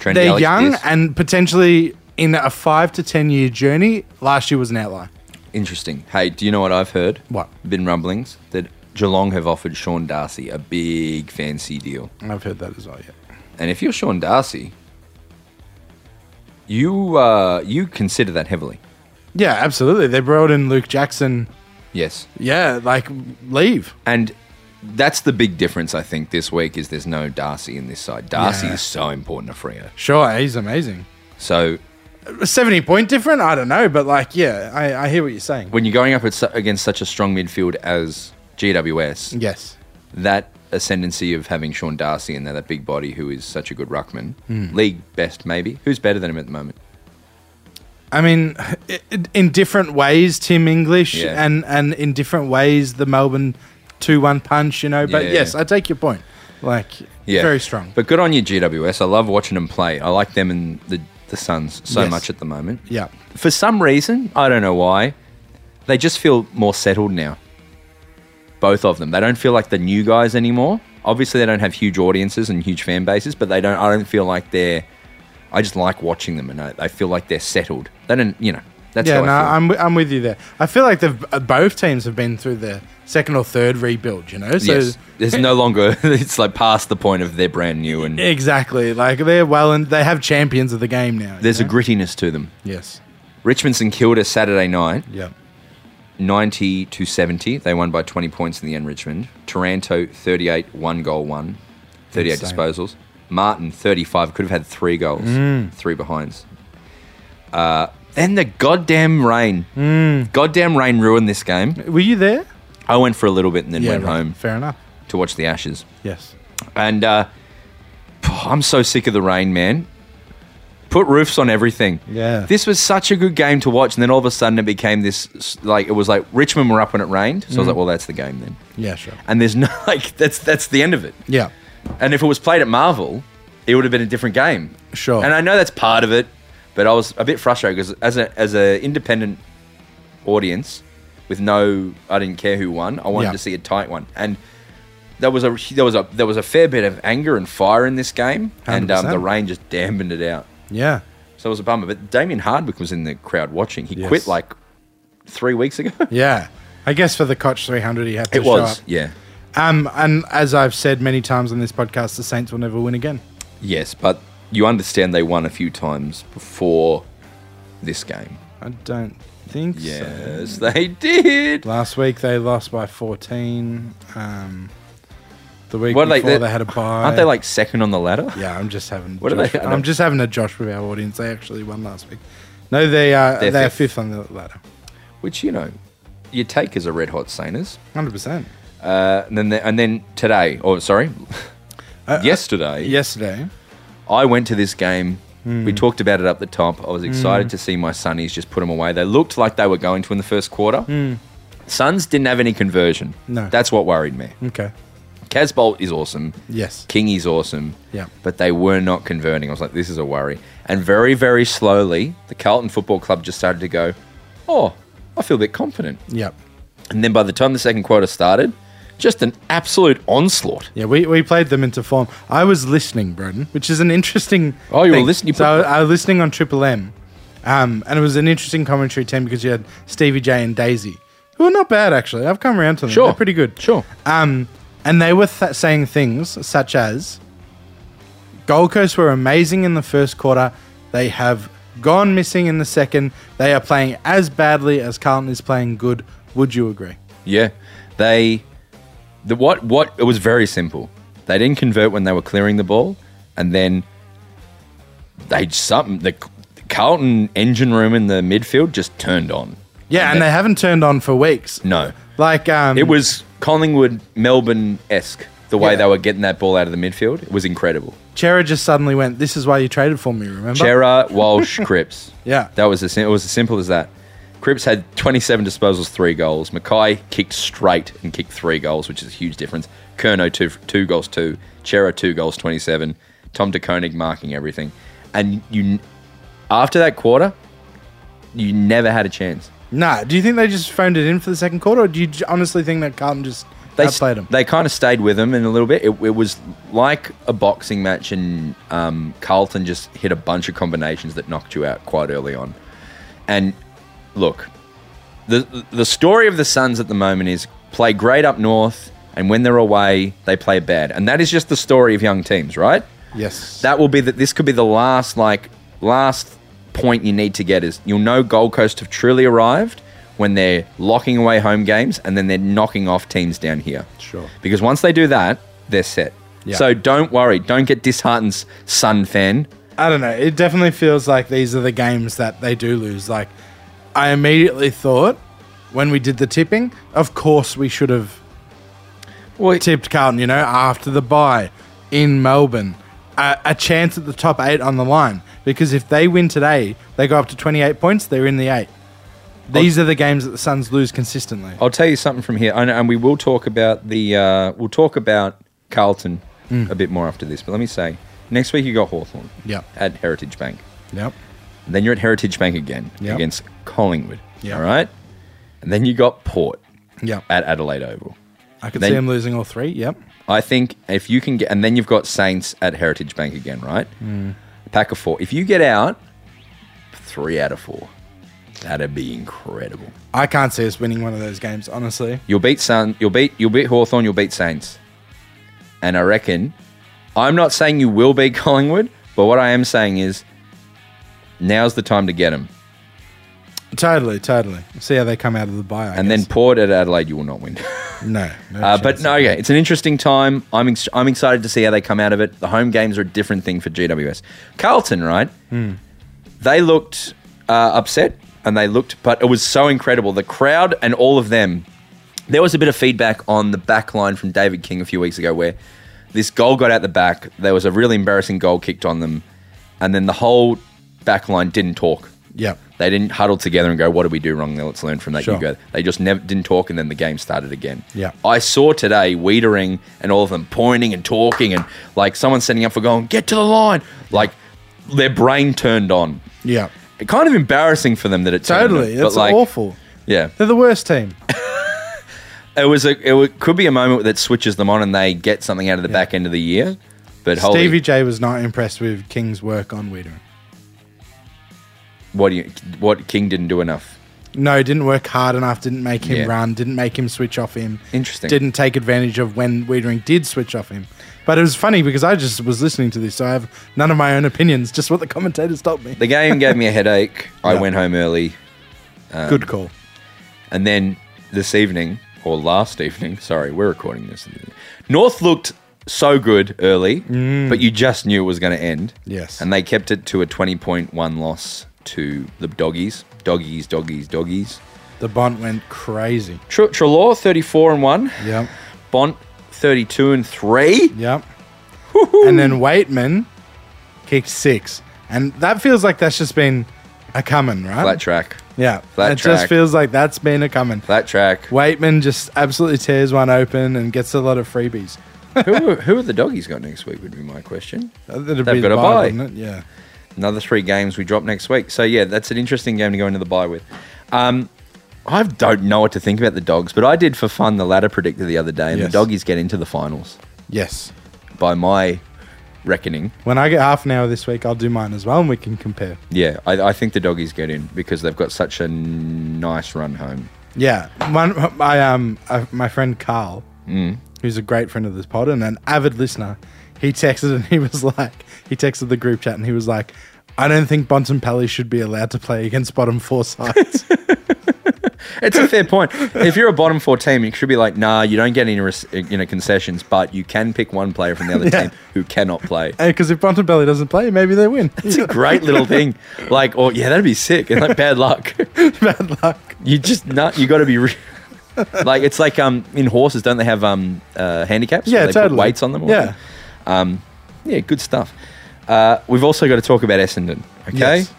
Trendy They're Alex young Pierce. and potentially in a five to ten year journey. Last year was an outlier. Interesting. Hey, do you know what I've heard? What? Been rumblings that Geelong have offered Sean Darcy a big fancy deal. I've heard that as well. Yeah. And if you're Sean Darcy, you uh, you consider that heavily. Yeah, absolutely. They brought in Luke Jackson. Yes. Yeah, like leave. And that's the big difference I think this week is there's no Darcy in this side. Darcy Yeah. is so important to Freo. Sure, he's amazing. So A Seventy point different. I don't know, but like, yeah, I, I hear what you're saying. when you're going up at, su- against such a strong midfield as GWS, Yes. that ascendancy of having Sean Darcy and that, that big body who is such a good ruckman, Hmm. league best maybe. Who's better than him at the moment? I mean, i- i- in different ways, Tim English, Yeah. and and in different ways, the Melbourne two-one punch. You know, but Yeah. yes, I take your point. Like, Yeah, very strong. But good on you, GWS. I love watching them play. I like them and the the Suns so Yes. much at the moment. yeah, For some reason, I don't know why, they just feel more settled now. Both of them. They don't feel like the new guys anymore. Obviously, they don't have huge audiences and huge fan bases, but they don't. I don't feel like they're. I just like watching them, and I, I feel like they're settled. They don't. You know. That's yeah. how I No, feel. I'm wi- I'm with you there. I feel like the both teams have been through the second or third rebuild. You know, so yes. There's no longer. It's like past the point of they're brand new, and exactly like they're well and they have champions of the game now. you there's a know? grittiness to them. yes, Richmond St Kilda Saturday night, yeah, 90 to 70. They won by 20 points in the end. Richmond Toronto 38, one goal, one. 38 Insane. disposals. Martin 35 could have had three goals, Mm. three behinds. Uh, then the goddamn rain. Mm. Goddamn rain ruined this game. were you there? I went for a little bit and then yeah, went right. home Fair enough. to watch the Ashes. Yes. And uh, I'm so sick of the rain, man. Put roofs on everything. Yeah. This was such a good game to watch, and then all of a sudden it became this like it was like Richmond were up when it rained, Mm. so I was like, well, that's the game then. Yeah. Sure. And there's no like that's that's the end of it. Yeah. And if it was played at Marvel, it would have been a different game. Sure. And I know that's part of it, but I was a bit frustrated because as a as a independent audience with no, I didn't care who won. I wanted Yeah. to see a tight one, and there was a there was a there was a fair bit of anger and fire in this game, and um, 100%. the rain just dampened it out. Yeah. So it was a bummer. But Damien Hardwick was in the crowd watching. He Yes. quit like three weeks ago. Yeah. I guess for the Koch 300, he had to it show was, up. yeah, Um, and as I've said many times on this podcast, the Saints will never win again. yes. But you understand they won a few times before this game. I don't think so. Yes, they did. Last week they lost by 14. Um, the week What are before they, they- they- had a bye. Aren't they like second on the ladder? Yeah, I'm just having. What are Josh, they- I I'm don't- just having a Josh with our audience. They actually won last week. No, they are They're they're fifth. fifth on the ladder. Which you know, you take as a red hot Saners. 100. percent Uh, and then and then today, or sorry, Uh, yesterday, Yesterday. I went to this game. Hmm. We talked about it up the top. I was excited to see my Sunnies just put them away. They looked like they were going to in the first quarter. Suns didn't have any conversion. Hmm. No. That's what worried me. Okay. Casbolt is awesome. Yes. Kingy's awesome. Yeah. But they were not converting. I was like, this is a worry. And very, very slowly, the Carlton Football Club just started to go, oh, I feel a bit confident. Yep. And then by the time the second quarter started, just an absolute onslaught. Yeah, we, we played them into form. I was listening, Broden, which is an interesting. Oh, you were thing. listening- you So put- I, I was listening on Triple M, um, and it was an interesting commentary team because you had Stevie J and Daisy, who are not bad actually. I've come around to them. Sure. they're pretty good. Sure. Um, and they were th- saying things such as, "Gold Coast were amazing in the first quarter. They have gone missing in the second. They are playing as badly as Carlton is playing good. Would you agree? Yeah. They the what what it was very simple. They didn't convert when they were clearing the ball and then they something the Carlton engine room in the midfield just turned on. Yeah, and they haven't turned on for weeks. No, Like, um, it was Collingwood Melbourne esque the way Yeah. they were getting that ball out of the midfield. It was incredible. Chera just suddenly went, This is why you traded for me, remember? Chera, Walsh, Cripps. Yeah. That was as, sim- it was as simple as that. Cripps had 27 disposals, three goals. Mackay kicked straight and kicked three goals, which is a huge difference. Kerno, two, two goals, two. Chera, two goals, 27. Tom DeKonig marking everything. And you, after that quarter, you never had a chance. Nah, do you think they just phoned it in for the second quarter, or do you j- honestly think that Carlton just They, s- outplayed them? they kind of stayed with him in a little bit. It, it was like a boxing match, and um, Carlton just hit a bunch of combinations that knocked you out quite early on. And look, the the story of the Suns at the moment is play great up north, and when they're away, they play bad. And that is just the story of young teams, right? yes. That will be that. This could be the last like last point you need to get is you'll know Gold Coast have truly arrived when they're locking away home games and then they're knocking off teams down here. Sure. Because once they do that, they're set. Yeah. So don't worry. Don't get disheartened, Sun fan. I don't know. It definitely feels like these are the games that they do lose. Like, I immediately thought when we did the tipping, of course we should have Well, tipped Carlton, you know, after the bye in Melbourne, a, a chance at the top eight on the line. Because if they win today, they go up to 28 points, they're in the eight. These are the games that the Suns lose consistently. I'll tell you something from here, and, and we will talk about the uh, we'll talk about Carlton Mm. a bit more after this. But let me say, next week you got Hawthorn, Yep. at Heritage Bank. Yep. And then you're at Heritage Bank again Yep. against Collingwood. Yep. All right, and then you got Port Yep. at Adelaide Oval. I could Uh, Then- see them losing all three. Yep. I think if you can get, and then you've got Saints at Heritage Bank again, right? Pack of four. If you get out three out of four, that'd be incredible. I can't see us winning one of those games, honestly. You'll beat Sun. You'll beat. You'll beat Hawthorn. You'll beat Saints. And I reckon, I'm not saying you will beat Collingwood, but what I am saying is, now's the time to get them. Totally, totally. See how they come out of the bye. I And then guess. Port at Adelaide, you will not win. no, no Uh, but chance. no, okay, it's an interesting time. I'm ex- I'm excited to see how they come out of it. The home games are a different thing for GWS. Carlton, right? They looked uh, upset, and they looked, but it was so incredible. The crowd and all of them. There was a bit of feedback on the back line from David King a few weeks ago, where this goal got out the back. There was a really embarrassing goal kicked on them, and then the whole back line didn't talk. Yep. They didn't huddle together and go, "What did we do wrong? Now let's learn from that." You Sure. go. They just never didn't talk, and then the game started again. Yeah. I saw today Weedering and all of them pointing and talking, and like someone setting up for going, "Get to the line!" Like their brain turned on. Yeah. Kind of embarrassing for them that it turned Totally. on, but, It's like, awful. Yeah, They're the worst team. it was a it wa- could be a moment that switches them on and they get something out of the back end of the year. But holy, Stevie J was not impressed with King's work on Weedering. what do you what King didn't do enough? No, didn't work hard enough, didn't make him Yeah. run, didn't make him switch off him. Interesting. Didn't take advantage of when Weedering did switch off him. But it was funny because I just was listening to this, so I have none of my own opinions, just what the commentators told me. The game gave me a headache. I Yeah. went home early. Good call. And then this evening, or last evening, sorry, we're recording this. North looked so good early, but you just knew it was going to end. Yes. And they kept it to a 20.1 loss to the doggies. Doggies, doggies, doggies. The Bont went crazy. Tre- Trelaw, 34 and 1. Yep. Bont, 32 and 3. Yep. And then Waitman kicked six. And that feels like that's just been a coming, right? Flat track. yeah. flat it track. just feels like that's been a coming. Flat track. Waitman just absolutely tears one open and gets a lot of freebies. who, who are the doggies got next week, would be my question. That'd They've be got the a buy, bye. wouldn't it? Yeah. another three games we drop next week. So yeah, that's an interesting game to go into the bye with. Um, I don't know what to think about the dogs, but I did for fun the ladder predictor the other day, and Yes. the doggies get into the finals Yes. by my reckoning. When I get half an hour this week, I'll do mine as well, and we can compare. Yeah, I, I think the doggies get in because they've got such a n- nice run home. Yeah, one, my um, uh, my friend Carl, Mm. who's a great friend of this pod and an avid listener, he texted and he was like, he texted the group chat and he was like, I don't think Bonton Pally should be allowed to play against bottom four sides. It's a fair point. If you're a bottom four team, you should be like, nah, you don't get any res- you know, concessions, but you can pick one player from the other Yeah. team who cannot play. Because if Bontempelli doesn't play, maybe they win. It's a great little thing. Like, oh yeah, that'd be sick. And like, bad luck. Bad luck. You just not. You got to be. Re- like it's like um in horses, don't they have um uh, handicaps? where Yeah, they totally. Put weights on them. or Yeah. whatever? Um, yeah, good stuff. Uh, we've also got to talk about Essendon, okay? Yes.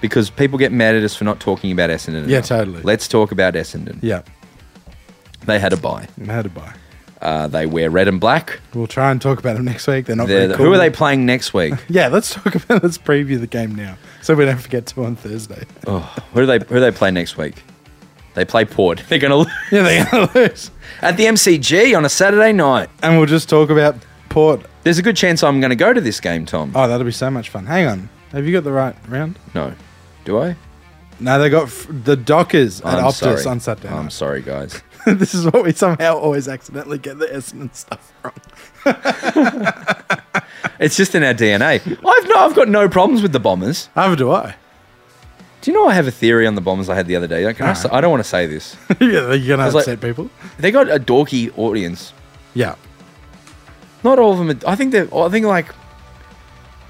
Because people get mad at us for not talking about Essendon. Yeah, enough. totally. Let's talk about Essendon. Yeah. They had a buy. And How to buy. Uh, they wear red and black. We'll try and talk about them next week. They're not They're very the- cool. Who are they playing next week? Yeah, let's talk about. Let's preview the game now, so we don't forget to on Thursday. oh, who do they who do they play next week? They play Port. They're going to Yeah, they're gonna lose, at the MCG on a Saturday night. and we'll just talk about Port. There's a good chance I'm going to go to this game, Tom. Oh, that'll be so much fun. Hang on, have you got the right round? No, do I? No, they got f- the Dockers at I'm Optus sorry. on Saturday. I'm night. sorry, guys. this is what we somehow always accidentally get the Essendon stuff wrong. It's just in our DNA. I've no, I've got no problems with the Bombers. How do I? Do you know I have a theory on the Bombers I had the other day? Can I, Alright. say- I don't want to say this. yeah, you're gonna was like- upset people. They got a dorky audience. Yeah, Not all of them. Are, I think they're. I think like.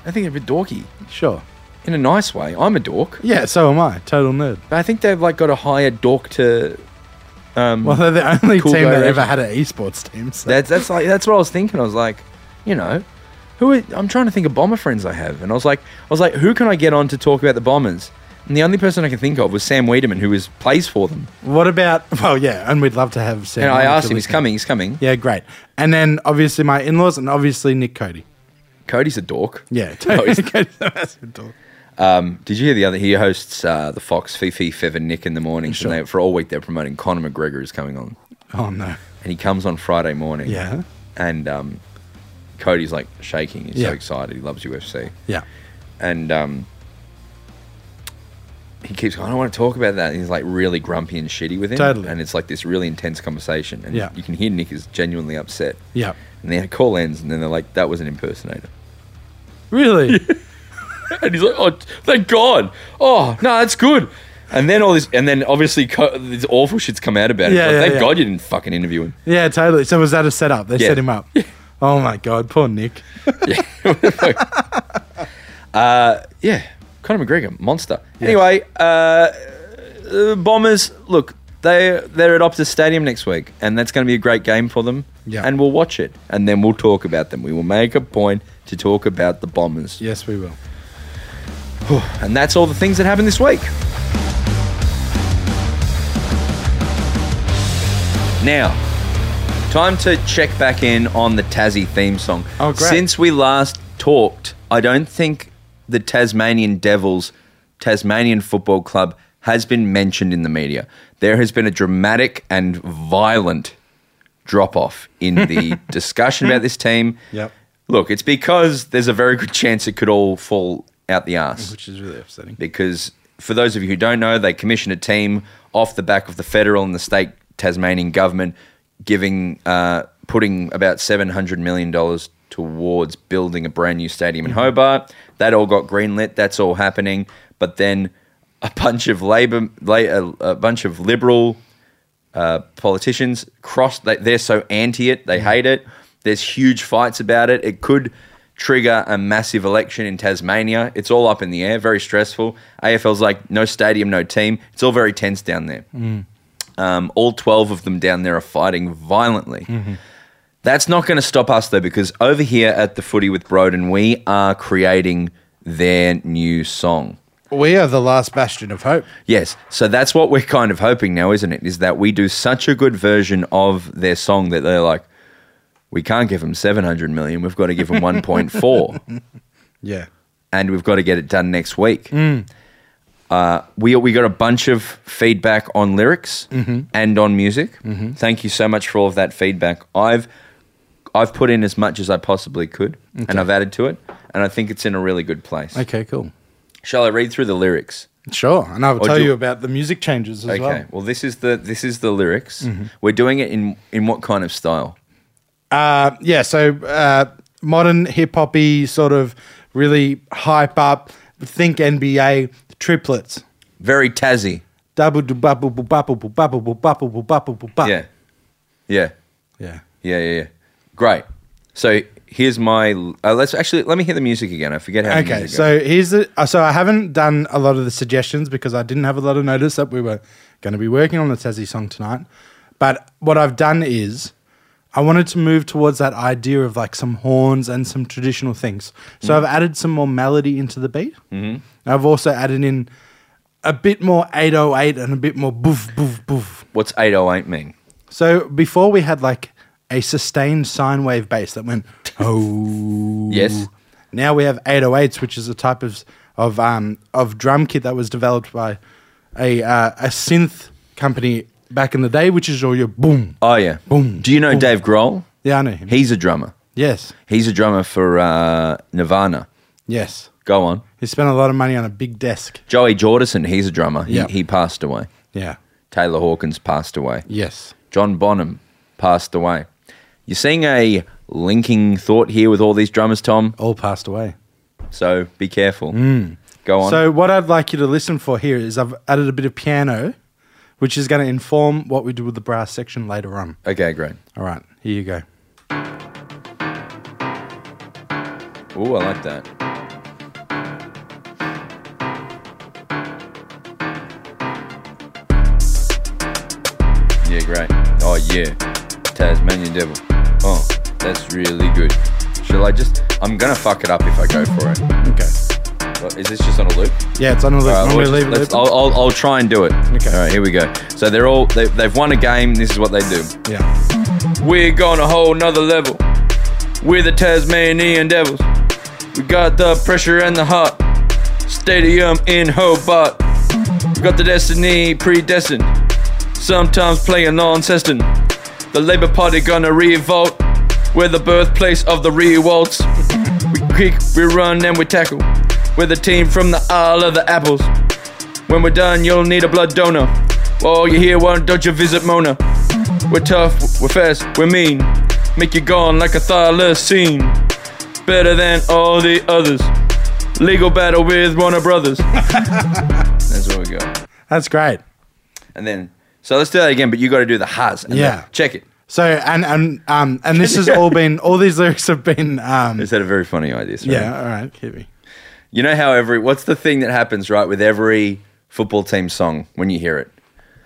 I think they're a bit dorky sure. in a nice way. I'm a dork, Yeah, so am I. Total nerd. but I think they've like got a higher dork to. Um, Well, they're the only Cool team guy, that right? ever had an esports team. So. That's that's like that's what I was thinking. I was like, you know, who are, I'm trying to think of bomber friends I have, and I was like, I was like, who can I get on to talk about the bombers? And the only person I can think of was Sam Wiedemann, who is plays for them. What about? Well, yeah, and we'd love to have. Sam And I Monaco asked him, he's listen. coming, he's coming. Yeah, great. And then obviously my in-laws, and obviously Nick Cody. Cody's a dork. Yeah, Oh, he's- Cody's a massive dog. Um, did you hear the other? He hosts uh, the Fox Fifi Fev and Nick in the morning. Sure. And they, for all week they're promoting Conor McGregor is coming on, Oh no. and he comes on Friday morning. Yeah. And um, Cody's like shaking. He's Yeah. so excited. He loves UFC. Yeah. and um, he keeps going, I don't want to talk about that. And he's like really grumpy and shitty with him. Totally. And it's like this really intense conversation. And Yeah. you can hear Nick is genuinely upset. Yeah. And the call ends, and then they're like, that was an impersonator. Really? And he's like, oh, thank God. Oh, no, that's good. And then all this, and then obviously co- this awful shit's come out about it. Yeah, Like, yeah, thank yeah. God you didn't fucking interview him. yeah, totally. So was that a setup? They Yeah. set him up. Oh my god, poor Nick. Yeah. uh, yeah. Conor McGregor, monster. Anyway, uh, uh, Bombers, look, they, they're at Optus Stadium next week, and that's going to be a great game for them. Yeah. And we'll watch it, and then we'll talk about them. We will make a point to talk about the Bombers. Yes, we will. And that's all the things that happened this week. Now, time to check back in on the Tassie theme song. Oh, great. Since we last talked, I don't think the Tasmanian Devils, Tasmanian Football Club, has been mentioned in the media. There has been a dramatic and violent drop off in the discussion about this team. Yep. Look, it's because there's a very good chance it could all fall out the arse Which is really upsetting. because for those of you who don't know, they commissioned a team off the back of the federal and the state Tasmanian government giving uh, putting about seven hundred million dollars towards building a brand new stadium in Hobart. That all got greenlit. That's all happening. But then a bunch of labor, la- a, a bunch of liberal uh, politicians cross they, they're so anti it they hate it there's huge fights about it it could trigger a massive election in tasmania it's all up in the air very stressful afl's like no stadium no team it's all very tense down there um, all 12 of them down there are fighting violently that's not going to stop us though, because over here at the footy with Broden, we are creating their new song. We are the last bastion of hope. Yes. So that's what we're kind of hoping now, isn't it? Is that we do such a good version of their song that they're like, we can't give them 700 million. We've got to give them 1.4 Yeah. and we've got to get it done next week. Uh, we, we got a bunch of feedback on lyrics and on music. Thank you so much for all of that feedback. I've, I've put in as much as I possibly could and I've added to it. And I think it's in a really good place. Okay, cool. Shall I read through the lyrics? Sure. And I will Or tell do- you about the music changes as Okay. Well. well. Mm-hmm. this is the this is the lyrics. We're doing it in in what kind of style? Uh, yeah, so uh, modern hip hoppy sort of really hype up, think NBA triplets. Very Tassie. Double do bubble bu- bubble bu- bubble bu- bubble bu- bubble bu- bubble. Yeah. Yeah. Yeah. Yeah. Yeah. Yeah. Great. So here's my. Uh, let's actually let me hear the music again. I forget how. the Okay, music goes. so here's the. uh, So I haven't done a lot of the suggestions because I didn't have a lot of notice that we were going to be working on the Tassie song tonight. But what I've done is I wanted to move towards that idea of like some horns and some traditional things. So I've added some more melody into the beat. Mm-hmm. I've also added in a bit more 808 and a bit more boof, boof, boof. what's eight oh eight mean? So before we had like a sustained sine wave bass that went oh Yes. Now we have 808s, which is a type of of um, of drum kit that was developed by a uh, a synth company back in the day, which is all your boom. Oh yeah. Boom, Do you know boom. Dave Grohl? Yeah, I know him. He's a drummer. yes, He's a drummer for uh, Nirvana. yes. Go on. He spent a lot of money on a big desk. Joey Jordison. He's a drummer. He, Yep. he passed away. Yeah. Taylor Hawkins passed away. Yes. John Bonham passed away. You're seeing a linking thought here with all these drummers, Tom. All passed away. So be careful. Go on. So what I'd like you to listen for here is I've added a bit of piano, which is going to inform what we do with the brass section later on. okay, great. All right, here you go. Ooh, I like that. Yeah, great. Oh yeah, Tasmanian Devil. Oh, that's really good. Shall I just? I'm gonna fuck it up if I go for it. Okay. What, Is this just on a loop? Yeah, it's on the loop. All right, I'm let's- gonna leave it let's- open. I'll, I'll, I'll try and do it. Okay. All right, here we go. So they're all they, they've won a game. This is what they do. Yeah. We're gonna hold another level. We're the Tasmanian Devils. We got the pressure and the heart. Stadium in Hobart. We got the destiny predestined. Sometimes playing on Seston. The Labour Party gonna revolt. We're the birthplace of the rewalts. We kick, we run, and we tackle. We're the team from the Isle of the Apples. When we're done, you'll need a blood donor. While you're here, why don't you visit Mona? We're tough, we're fast, we're mean. Make you gone like a thylacine. Better than all the others. Legal battle with Warner Brothers. That's where we go. That's great. And then, so let's do that again, but you got to do the has. and Yeah. the- check it. So and and um and this has all been all these lyrics have been um Is that a very funny idea? sorry. yeah all right keep me You know how every, what's the thing that happens, right, with every football team song when you hear it?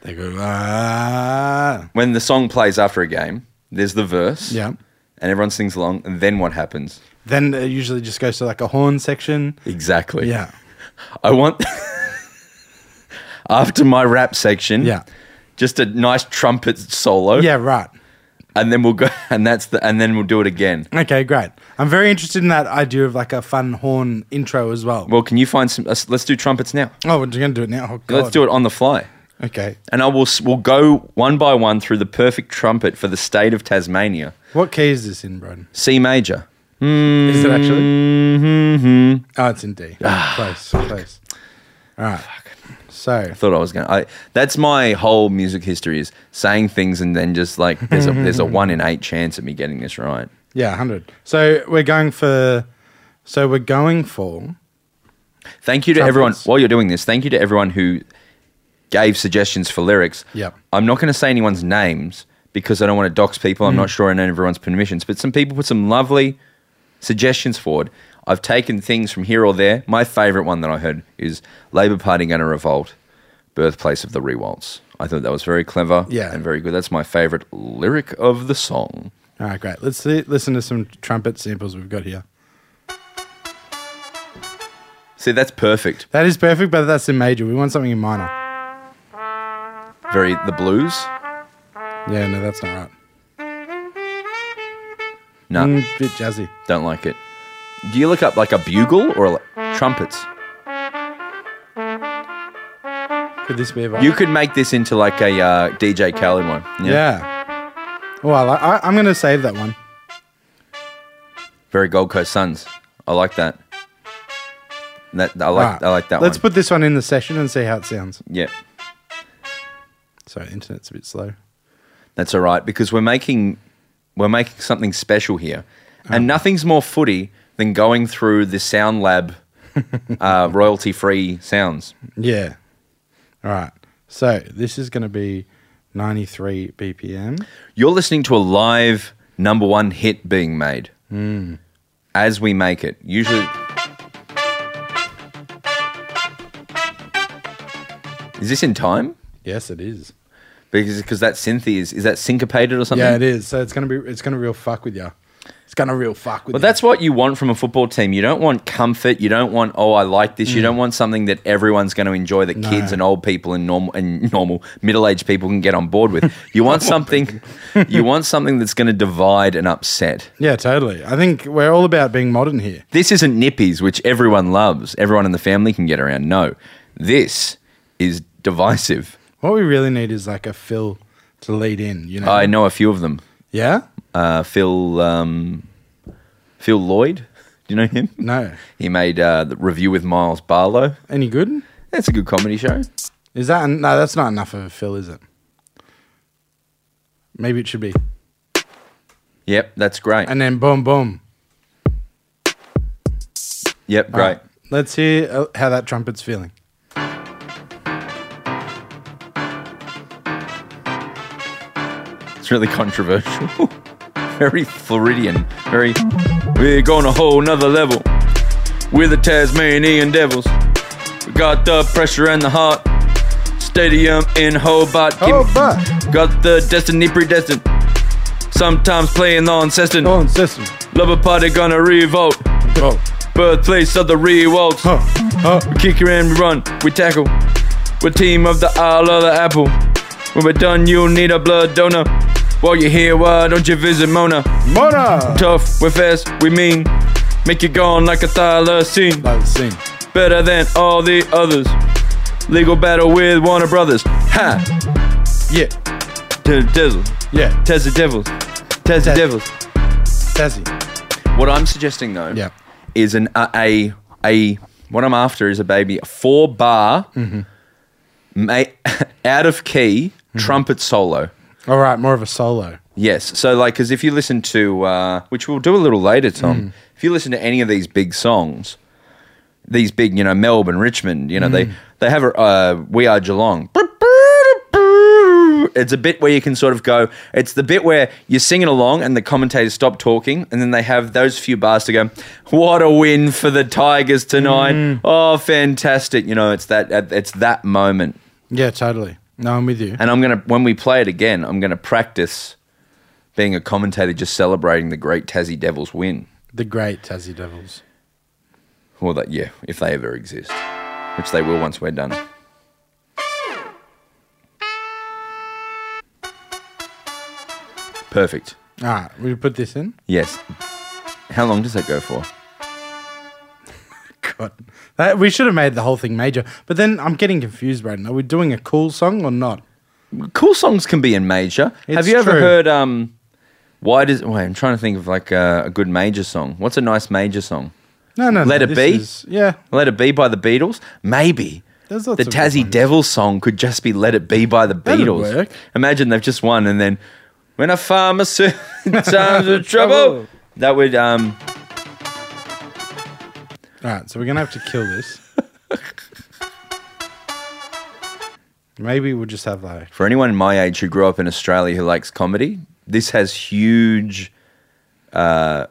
they go ah When the song plays after a game, there's the verse. yeah and everyone sings along. And then what happens? then it usually just goes to like a horn section Exactly. yeah I want after my rap section. Yeah. Just a nice trumpet solo. yeah right And then we'll go, and that's the, and then we'll do it again. okay great I'm very interested in that idea of like a fun horn intro as well Well, can you find some? uh, Let's, let's do trumpets now. oh we're gonna do it now oh, God. Let's do it on the fly. okay And I will. s- We'll go one by one through the perfect trumpet for the state of Tasmania. what key is this in Broden C major. is it Mm. actually Mm-hmm. oh it's in D Ah. close close all right so Thought I was gonna. I, that's my whole music history is saying things and then just like there's a there's a one in eight chance of me getting this right. yeah 100 so we're going for so we're going for Thank you to Trumpets. everyone. While you're doing this, thank you to everyone who gave suggestions for lyrics. Yep. I'm not going to say anyone's names because I don't want to dox people. I'm Hmm. not sure I know everyone's permissions, but some people put some lovely suggestions forward. I've taken things from here or there. My favorite one that I heard is Labour Party going to revolt, birthplace of the rewaltz. I thought that was very clever Yeah. and very good. That's my favorite lyric of the song. All right, great. Let's see, listen to some trumpet samples we've got here. See, that's perfect. That is perfect, but that's in major. We want something in minor. Very the blues. Yeah, no, that's not right. No, Mm, bit jazzy. Don't like it. Do you look up like a bugle or like, trumpets? Could this be a vibe? You could make this into like a uh, DJ Khaled one. yeah. Oh, I like, I, I'm going to save that one. Very Gold Coast Suns. I like that. That I like. Alright, I like that Let's one. put this one in the session and see how it sounds. yeah, Sorry, internet's a bit slow. that's all right because we're making we're making something special here, Oh. and nothing's more footy than going through the Sound Lab uh, royalty free sounds. Yeah. All right. So this is going to be 93 BPM. You're listening to a live number one hit being made as we make it. Usually. Is this in time? Yes, it is. Because cause that synthy is, is that syncopated or something? Yeah, it is. So it's going to be, it's going to real fuck with you. It's going to real fuck with But ya. that's what you want from a football team. You don't want comfort. You don't want oh I like this. You don't want something that everyone's going to enjoy that Mm. No. kids and old people and normal and normal middle aged people can get on board with. You want something. you want something that's going to divide and upset. Yeah, totally. I think we're all about being modern here. This isn't nippies, which everyone loves. Everyone in the family can get around. No, this is divisive. What we really need is like a fill to lead in, you know? I know a few of them. yeah? Uh, Phil um, Phil Lloyd. Do you know him? No. He made uh, the review with Miles Barlow. Any good? That's a good comedy show. Is that, no, that's not enough of a fill, is it? Maybe it should be. Yep, that's great. And then boom, boom. Yep, All great. Let's hear uh, how that trumpet's feeling. It's really controversial. very Floridian. Very. We're going a whole nother level. We're the Tasmanian Devils. We got the pressure and the heart. Stadium in Hobart. Give- Oh, but. Got the destiny predestined. Sometimes playing on incessant. Oh, system. Love a party gonna revolt. Oh, Birthplace of the revolts. oh, oh. Kick your and we run, we tackle. We're team of the Isle of the Apple. When we're done, you'll need a blood donor. While you're here, why don't you visit Mona? Mona! Tough, we're fast, we mean. Make you gone like a thylacine. Love the scene. Better than all the others. Legal battle with Warner Brothers. Ha! Yeah, To the devil. yeah. Tez the devils. Tez the Taz. devils. Tassie. What I'm suggesting though Yeah. is an a, a a what I'm after is a baby a four bar ma- out of key trumpet solo. All right, more of a solo. Yes, so like because if you listen to uh, which we'll do a little later, Tom. If you listen to any of these big songs, these big you know Melbourne, Richmond, you know they they have a uh, We Are Geelong. It's a bit where you can sort of go. It's the bit where you're singing along and the commentators stop talking, and then they have those few bars to go. What a win for the Tigers tonight! Oh, fantastic! You know, it's that it's that moment. Yeah, totally. No, I'm with you. And I'm gonna when we play it again, I'm gonna practice being a commentator, just celebrating the great Tassie Devils win. The great Tassie Devils. Well, that yeah, if they ever exist, which they will once we're done. Perfect. All right, we put this in. Yes. How long does that go for? God, that, we should have made the whole thing major. But then I'm getting confused, Braden. Are we doing a cool song or not? Cool songs can be in major. Have It's you ever true. heard? Um, why does? Wait, I'm trying to think of like uh, a, a good major song. What's a nice major song? No, no. Let no, it this be? is- yeah, Let It Be by the Beatles? Maybe. The There's lots of good Tassie ones. Devils song could just be Let It Be by the That'd Beatles. work. Imagine they've just won and then when I find myself in times of trouble. Trouble. That would um All right, so we're gonna have to kill this. Maybe we'll just have like for anyone my age who grew up in Australia who likes comedy, this has huge uh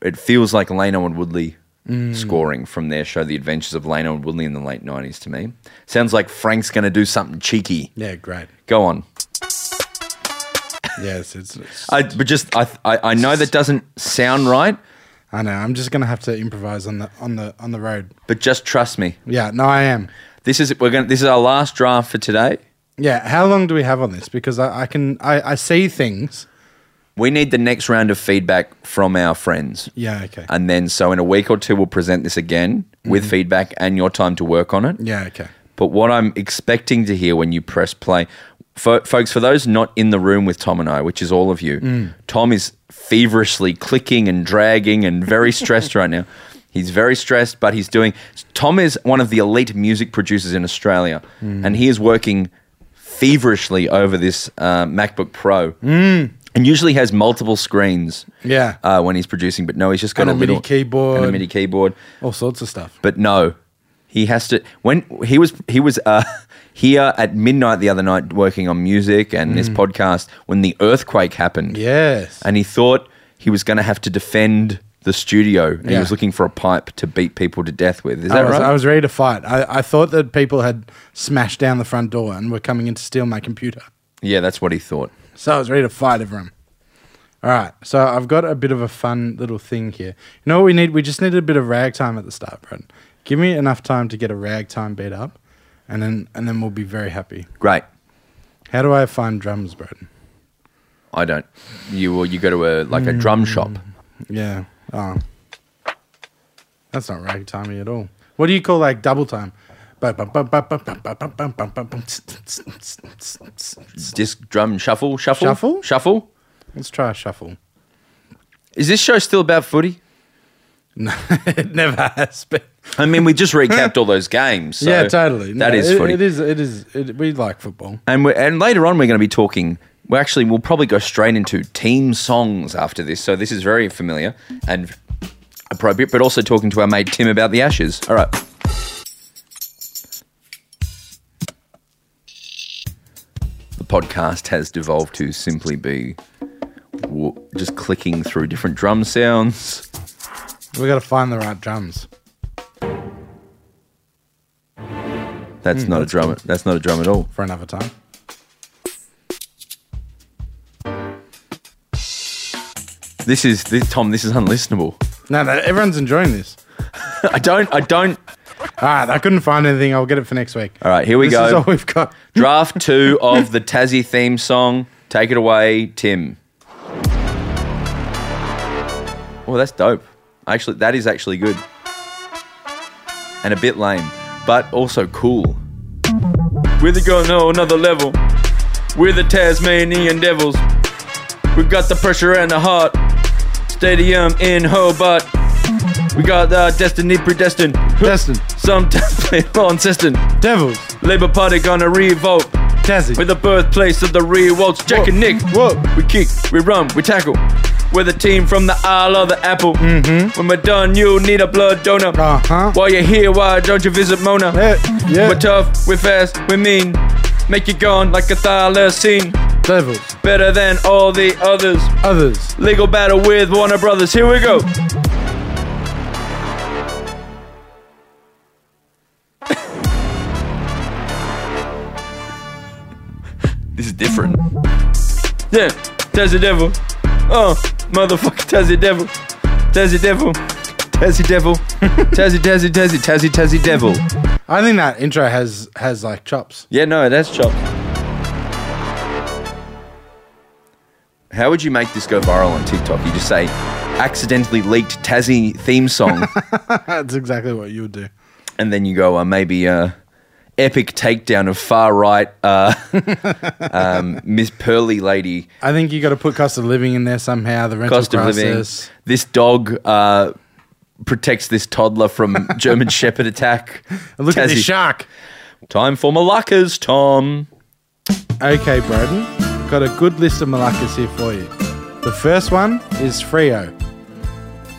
it feels like Leno and Woodley Mm. scoring from their show The Adventures of Leno and Woodley in the late 90s to me. Sounds like Frank's going to do something cheeky. yeah, great. Go on. Yes, it's. it's- I, but just I, I I know that doesn't sound right, I know. I'm just gonna have to improvise on the on the on the road. but just trust me. Yeah, no, I am. This is we're going to this is our last draft for today. Yeah, how long do we have on this? Because I, I can I, I see things. We need the next round of feedback from our friends. Yeah, okay. And then so in a week or two we'll present this again with feedback and your time to work on it. yeah, okay. But what I'm expecting to hear when you press play, Fo- folks, for those not in the room with Tom and I, which is all of you, Mm. Tom is feverishly clicking and dragging and very stressed right now. He's very stressed, but he's doing. Tom is one of the elite music producers in Australia, Mm. and he is working feverishly over this uh, MacBook Pro. And usually has multiple screens Mm. Yeah. uh, when he's producing, but no, he's just got And a, a MIDI little keyboard. and a MIDI keyboard. All sorts of stuff. But no, He has to when he was he was uh, here at midnight the other night working on music and this podcast when the earthquake happened. Hmm. Yes. and he thought he was going to have to defend the studio. And He Yeah. was looking for a pipe to beat people to death with. Is I that was, right? I was ready to fight. I, I thought that people had smashed down the front door and were coming in to steal my computer. yeah, that's what he thought. So I was ready to fight everyone. All right. So I've got a bit of a fun little thing here. You know what we need? We just need a bit of ragtime at the start, Brent. Give me enough time to get a ragtime beat up, and then and then we'll be very happy. Great. How do I find drums, Brent? I don't. You or you go to a like a Hmm. drum shop. Yeah. Oh. That's not ragtimey at all. What do you call like double time? Let's Disc drum shuffle, shuffle, Shuffle? shuffle. try a shuffle. Is this show still about footy? No, it never has been. I mean, we just recapped all those games. So yeah, totally. That No, is it- footy. It is. It is. It, we like football. And we're, and later on, we're going to be talking. Well, actually, we'll probably go straight into team songs after this. So this is very familiar and appropriate, but also talking to our mate Tim about the Ashes. All right. The podcast has devolved to simply be w- just clicking through different drum sounds. We got to find the right drums. That's not a drum. That's not a drum at all. for another time. This is this Tom. This is unlistenable. No, no, everyone's enjoying this. I don't. I don't. All right, I couldn't find anything. I'll get it for next week. All right. Here we this go. is all we've got. Draft two of the Tassie theme song. Take it away, Tim. Oh, that's dope. Actually, that is actually good. And a bit lame, but also cool. We're the go no another level. We're the Tasmanian Devils. We've got the pressure and the heart. Stadium in Hobart. We got uh, destiny predestined. Destin, Some play on system. Devils, Labour Party gonna revolt. Tassie. We're the birthplace of the rewalts, Jack and Nick. Whoa. We kick, we run, we tackle. We're the team from the Isle of the Apple. Mm-hmm. When we're done, you'll need a blood donor. Uh-huh. While you're here, why don't you visit Mona? Yeah, yeah. We're tough, we're fast, we're mean. Make you gone like a thylacine. Devils, Better than all the others. others. Legal battle with Warner Brothers. Here we go. this is different. Yeah, Tassie Devil. Oh, motherfucker, Tassie Devil. Tassie Devil. Tassie Devil. Tassie, Tassie, Tassie, Tassie, Tassie Devil. I think that intro has has like chops. Yeah, no, that's chopped. How would you make this go viral on TikTok? You just say, accidentally leaked Tassie theme song, That's exactly what you would do. and then you go, uh, maybe uh, epic takedown of far right uh, um, Miss Pearly Lady, I think you got to put cost of living in there somehow. The rental cost of living. crisis. This dog uh, protects this toddler from German Shepherd attack. And Look at this Tassie. shark. Time for Malacca's, Tom. Okay, Broden, got a good list of malakas here for you. The first one is Frio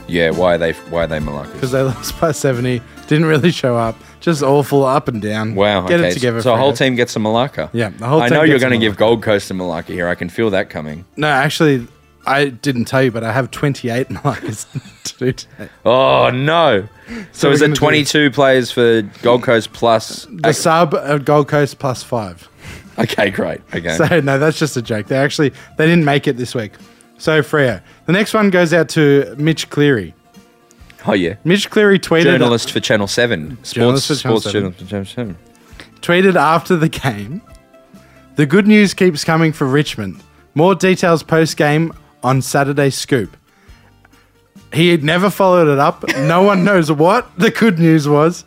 Yeah, why are they why are they Malaccas? because they lost by seventy. Didn't really show up. Just awful up and down. Wow. Get okay. it together. So a whole Freo. team gets a Malacca. Yeah, the whole I team know you're gets a going to give Gold Coast a Malacca here. I can feel that coming. No, actually, I didn't tell you, but I have 28 markers. Dude. Oh no! So we're is gonna it do- 22 players for Gold Coast plus? The sub at Gold Coast plus five. Okay, great. Okay. So, no, that's just a joke. They actually, they didn't make it this week. So, Freo. The next one goes out to Mitch Cleary. oh yeah. Mitch Cleary tweeted... Journalist for Channel Seven. Sports, Journalist for Channel sports 7. journalist for Channel Seven. tweeted after the game, the good news keeps coming for Richmond. More details post game on Saturday Scoop. He had never followed it up. No one knows what the good news was.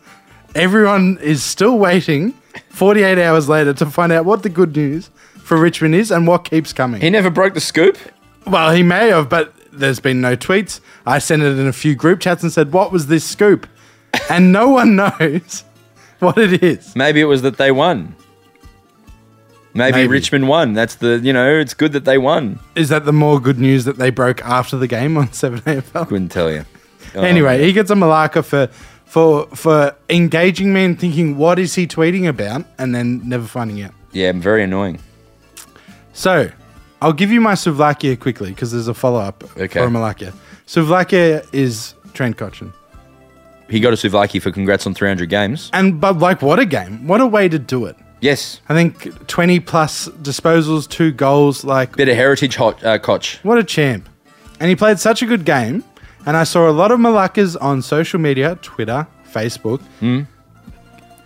Everyone is still waiting 48 hours later to find out what the good news for Richmond is and what keeps coming. He never broke the scoop. Well, he may have, but there's been no tweets. I sent it in a few group chats and said, What was this scoop? And no one knows what it is. Maybe it was that they won. Maybe, Maybe. Richmond won. That's the you know it's good that they won. Is that the more good news that they broke after the game on 7 AFL? Couldn't tell you. Oh, Anyway, he gets a malacca for for for engaging me and thinking what is he tweeting about and then never finding out. Yeah, I'm very annoying. So, I'll give you my Slovakia quickly because there's a follow up Okay. for Malakia. Slovakia is Trent Cotchin. He got a Suvaki for congrats on 300 games. And but like what a game. What a way to do it. Yes. I think 20 plus disposals, two goals like Bit of heritage hot, uh, Koch. What a champ. And he played such a good game. And I saw a lot of Malakas on social media, Twitter, Facebook, Hmm?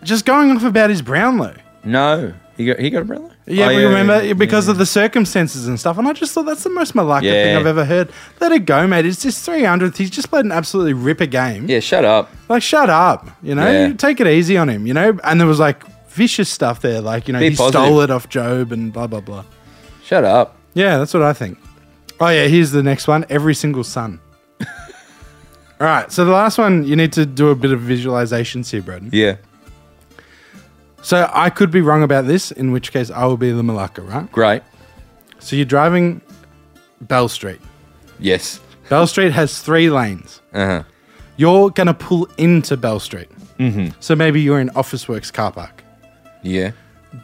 just going off about his Brownlow. No. He got, he got a brother? Yeah, Oh, we remember yeah, because of the circumstances and stuff. And I just thought that's the most Malaka thing Yeah. I've ever heard. Let it go, mate. It's just 300th. He's just played an absolutely ripper game. Yeah, shut up. Like, shut up. You know, Yeah. take it easy on him, you know? And there was like vicious stuff there. Like, you know, Be he positive. stole it off Job and blah, blah, blah. Shut up. Yeah, that's what I think. Oh yeah, here's the next one. Every single sun. All right, so the last one you need to do a bit of visualizations here, Broden. Yeah. So I could be wrong about this, in which case I will be the Malacca, right? Great. So you're driving Bell Street. Yes. Bell Street has three lanes. Uh-huh. You're gonna pull into Bell Street. Mm-hmm. So maybe you're in Office Works car park. Yeah.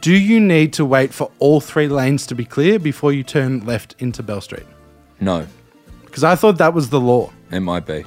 Do you need to wait for all three lanes to be clear before you turn left into Bell Street? No. Because I thought that was the law. It might be.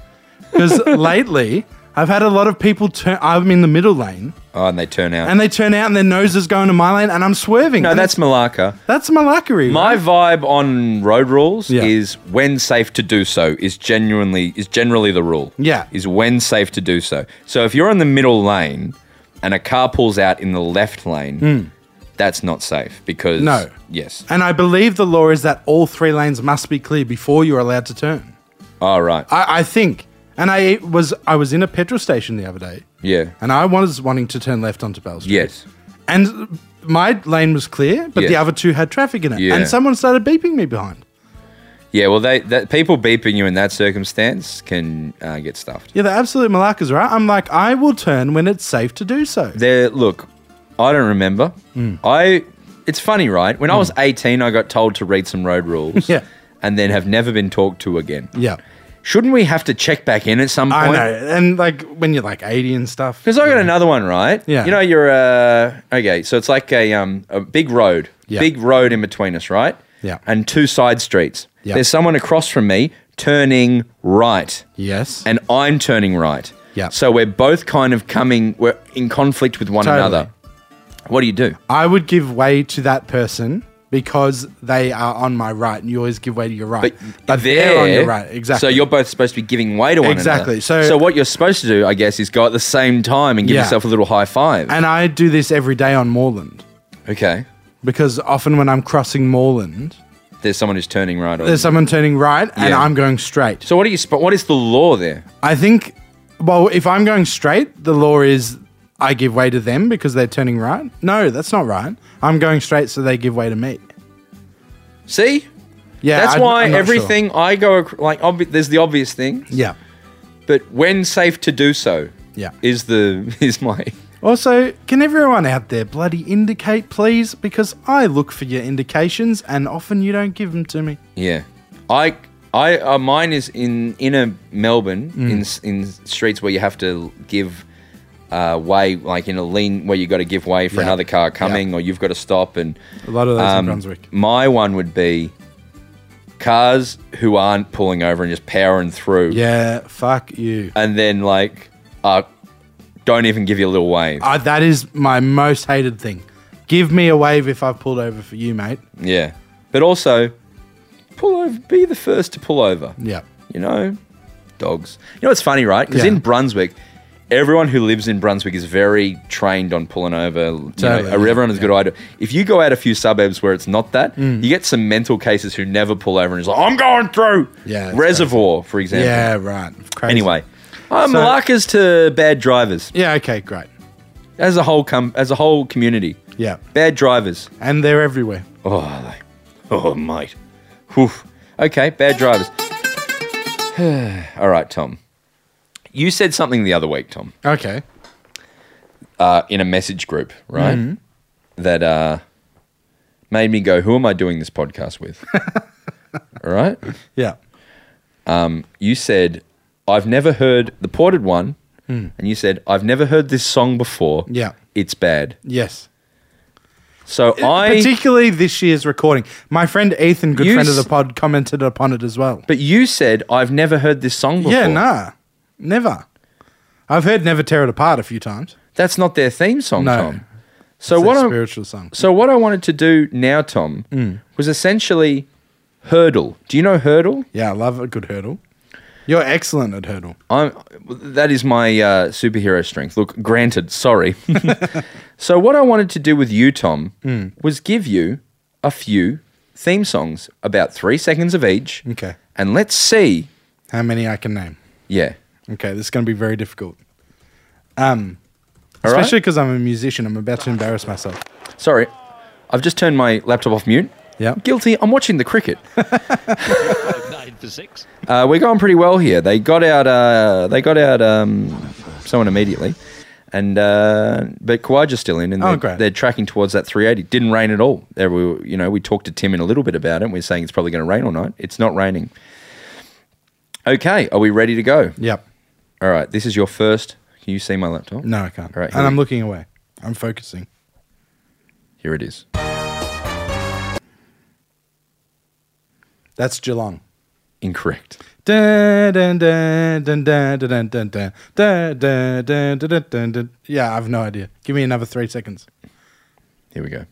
Because lately, I've had a lot of people turn. I'm in the middle lane, Oh, and they turn out. and they turn out, and their nose is going to my lane, and I'm swerving. no, And that's Malacca. it's- that's malackery. My vibe on road rules Yeah. is when safe to do so is genuinely is generally the rule. Yeah. Is when safe to do so. So if you're in the middle lane and a car pulls out in the left lane, that's not safe because Hmm. No. Yes. and I believe the law is that all three lanes must be clear before you're allowed to turn. All right. I, I think, and I was I was in a petrol station the other day, yeah. and I was wanting to turn left onto Bell Street. Yes. and my lane was clear, but the Yes. other two had traffic in it, Yeah. and someone started beeping me behind. Yeah. Well, they that people beeping you in that circumstance can uh, get stuffed. Yeah, the absolute malacca's right. I'm like, I will turn when it's safe to do so. There. Look, I don't remember. Mm. I. It's funny, right? When I was 18, I got told to read some road rules. Yeah. And then have never been talked to again. Yeah. Shouldn't we have to check back in at some I point? know, and like when you're like eighty and stuff. Because I got another one, right? Yeah. You know, you're uh okay. So it's like a um a big road, Yeah. big road in between us, right? Yeah. And two side streets. Yeah. There's someone across from me turning right, Yes, and I'm turning right. Yeah. So we're both kind of coming. We're in conflict with one Totally. another. What do you do? I would give way to that person because they are on my right, and you always give way to your right. But, Uh, they're on your there- right, So exactly. you're both supposed to be giving way to one another. Exactly. So- so what you're supposed to do, I guess, is go at the same time and give Yeah. yourself a little high five. and I do this every day on Moreland okay. because often when I'm crossing Moreland, There's someone who's turning right. there's someone turning right, and Yeah. I'm going straight. So what do you? sp- What is the law there? I think, well, if I'm going straight, the law is I give way to them because they're turning right. No, that's not right. I'm going straight, so they give way to me. See, Yeah, that's I- why I'm not sure. everything I go ac- like obvi- there's the obvious thing, Yeah, but when safe to do so, Yeah. is the is my Also, can everyone out there bloody indicate, please? Because I look for your indications and often you don't give them to me. yeah. I I uh, mine is in inner Melbourne in Mm. s- in streets where you have to give. Uh, way like in a lean where you got to give way for Yeah. another car coming or you've got to stop and A lot of those Um, in Brunswick. My one would be cars who aren't pulling over and just powering through. Yeah, fuck you. And then like uh don't even give you a little wave. I, that is my most hated thing. Give me a wave if I've pulled over for you, mate. yeah. But also pull over be the first to pull over. Yeah. You know? Dogs. You know what's funny, right? Because Yeah. in Brunswick Everyone who lives in Brunswick is very trained on pulling over. You know, Totally, everyone has yeah. Mm. a good idea. If you go out a few suburbs where it's not that, you get some mental cases who never pull over and is like, "I'm going through." Yeah, it's Reservoir, for example. Yeah, right. Crazy. Anyway, uh, So- Malacca's to bad drivers Yeah, okay, great. as a whole com- as a whole community. Yeah. Bad drivers. And they're everywhere. Oh, they, oh, mate. Whew. Okay, bad drivers. All right, Tom. You said something the other week, Tom, Okay. uh, in a message group, right? Mm-hmm. That uh, made me go, "Who am I doing this podcast with?" All right. Yeah. You said, "I've never heard the ported one and you said, I've never heard this song before. Hmm. Yeah. It's bad. Yes. So I. Particularly this year's recording. My friend Ethan, good You friend of s- the pod, commented upon it as well. but you said, I've never heard this song before. Yeah, nah. Never. I've heard Never Tear It Apart a few times. That's not their theme song, No. Tom. So It's what a I'm, spiritual song. so what I wanted to do now, Tom, was essentially hurdle. Do you know hurdle? Yeah, I love a good hurdle. You're excellent at hurdle. I'm, that is my uh, superhero strength. Look, granted, sorry. so, what I wanted to do with you, Tom, was give you a few theme songs, about three seconds of each. Okay. And let's see. How many I can name? Yeah. Okay, this is going to be very difficult. Um, All right. especially because I'm a musician, I'm about to embarrass myself. Sorry. I've just turned my laptop off mute. Yeah. Guilty. I'm watching the cricket. nine for six. Uh, we're going pretty well here. They got out. Uh, they got out um, someone immediately, and uh, but Kawaja's still in, and Oh, they're, great. they're tracking towards that 380. Didn't rain at all. There we, were- you know, we talked to Tim in a little bit about it. and we are saying it's probably going to rain all night. It's not raining. Okay, are we ready to go? Yep. All right. This is your first. Can you see my laptop? No, I can't. All right, here and I'm we- looking away. I'm focusing. Here it is. That's Geelong. Incorrect. Dun, dun, dun, dun, dun, dun, dun, dun, dun. Dun, dun, dun, dun, dun, dun, dun. Yeah, I've no idea. Give me another three seconds. Here we go.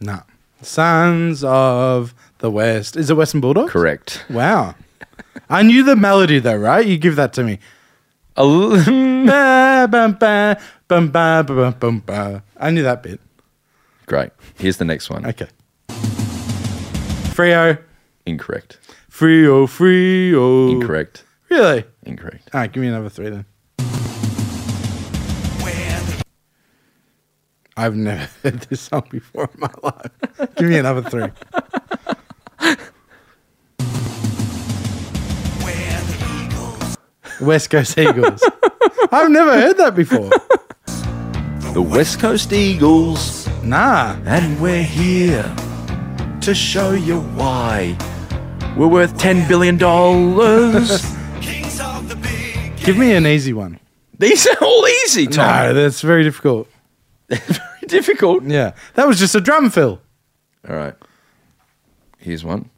No. Sons of the West. Is it Western Bulldogs? Correct. Wow. I knew the melody though, right? You give that to me. A l- Ba, bum, ba, bum, ba, ba, bum, bum, ba. I knew that bit. Great. Here's the next one. Okay. Frio. Incorrect. Frio, Frio. Incorrect. Really? Incorrect. All right, give me another three then. I've never heard this song before in my life. Give me another three. West Coast Eagles. I've never heard that before. The West Coast Eagles. Nah. And we're here to show you why we're worth $10 billion. Give me an easy one. These are all easy, Tom. No, that's very difficult. Very difficult. Yeah. That was just a drum fill. All right. Here's one.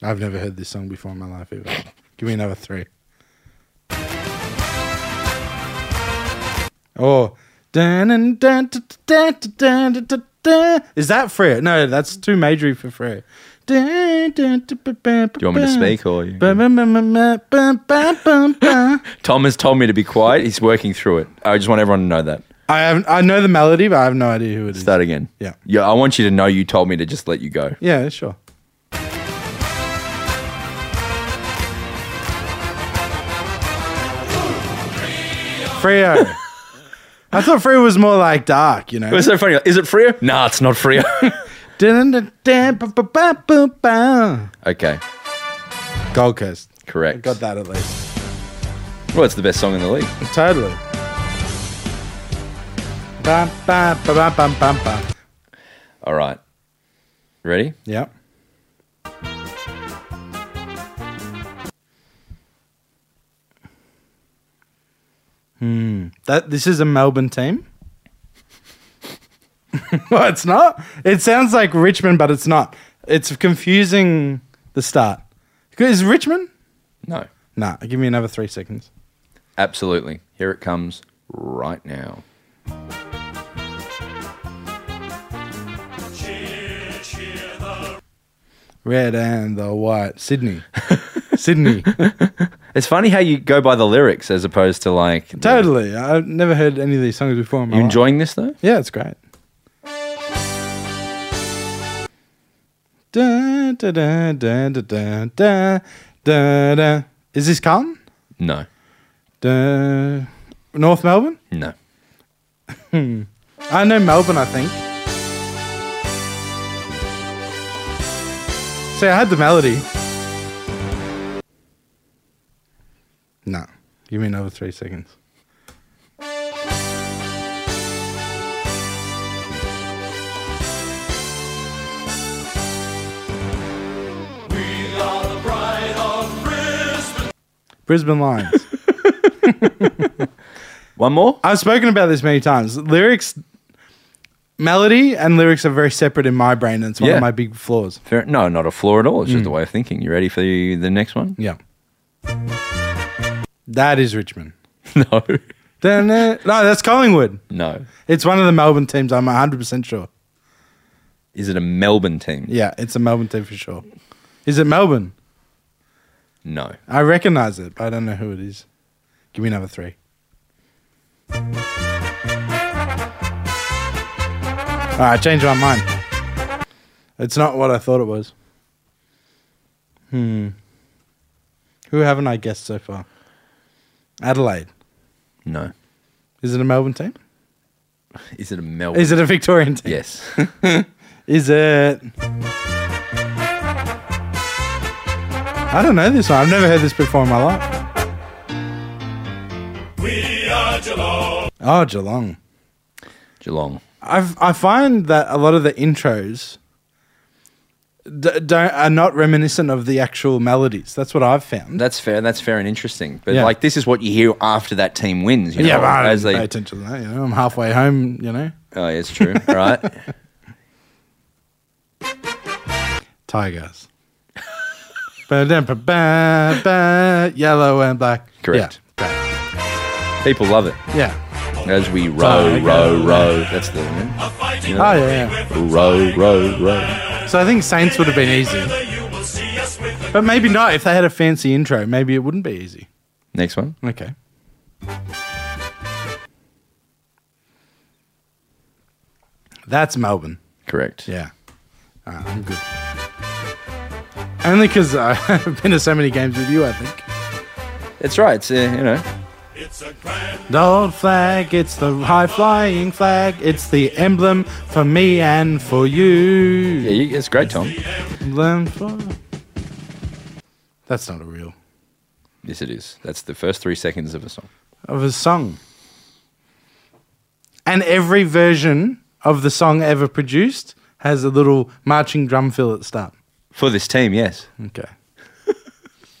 I've never heard this song before in my life either. Give me another three. Oh. Dun, dun, dun, dun, dun, dun, dun, dun, dun. Is that Freer? No, that's too majory for Freer. Do you you want me to speak or you- I Tom has told me to be quiet. He's working through it. I just want everyone to know that. have I know the melody, but I have no idea who it is. Start again. Yeah. Yeah, I want you to know you told me to just let you go. Yeah, sure. Freo. I thought Freo was more like dark, you know. It was so funny. Like, Is it Freo? Nah, it's not Freo. Dun-dun-dun-dun-ba-ba-ba-ba-ba. okay. Gold Coast. I Correct. got that at least. Well, it's the best song in the league. Totally. Bum, bum, bum, bum, bum, bum, bum. All right. Ready? Yep. Hmm. That this is a Melbourne team. well, it's not. It sounds like Richmond, but it's not. It's confusing the start. Is it Richmond? No. Nah. Give me another three seconds. Absolutely. Here it comes right now. Red and the white. Sydney. Sydney. It's funny how you go by the lyrics as opposed to like. the- totally. I've never heard any of these songs before. In my You life. enjoying this though? Yeah, it's great. Da, da, da, da, da, da, da, da, da. Is this Carlton? No, Da, North Melbourne? no. I know Melbourne, I think. See, I had the melody. No. Give me another three seconds. Brisbane Lions. One more? I've spoken about this many times. Lyrics, melody, and lyrics are very separate in my brain. And it's one Yeah. of my big flaws. Fair, no, not a flaw at all. It's just a way of thinking. You ready for the, the next one? Yeah. That is Richmond. no. Then uh, no, that's Collingwood. No. It's one of the Melbourne teams. I'm 100 percent sure. Is it a Melbourne team? Yeah, it's a Melbourne team for sure. Is it Melbourne? No. I recognize it, but I don't know who it is. Give me another three. All right, I changed my mind. It's not what I thought it was. Hmm. Who haven't I guessed so far? Adelaide. No. Is it a Melbourne team? Is it a Melbourne? Is it a Victorian team? yes. Is it? I don't know this one. I've never heard this before in my life. We are Geelong. Oh, Geelong. Geelong. I've, I find that a lot of the intros d- don't, are not reminiscent of the actual melodies. That's what I've found. That's fair. That's fair and interesting. But Yeah. like, this is what you hear after that team wins. You know, yeah, but I as don't pay they. attention to that. You know, I'm halfway home. You know, Oh, yeah, it's true. All right. Tigers. Ba-dum-ba-ba-ba, Yellow and black. Correct. Yeah. People love it Yeah. as we row, row, row. That's the you know, Oh yeah. yeah. row, row, row. So I think Saints would have been easy. But maybe not. If they had a fancy intro, maybe it wouldn't be easy. Next one. Okay. That's Melbourne. Correct. Yeah. Ah, I'm good. Only because I've been to so many games with you, I think. That's right. It's uh, you know. The old flag, it's the high flying flag, it's the emblem for me and for you. Yeah, you, it's great, Tom. Learn for- That's not a real Yes, it is. That's the first three seconds of a song. of a song. And every version of the song ever produced has a little marching drum fill at the start. For this team, yes. Okay.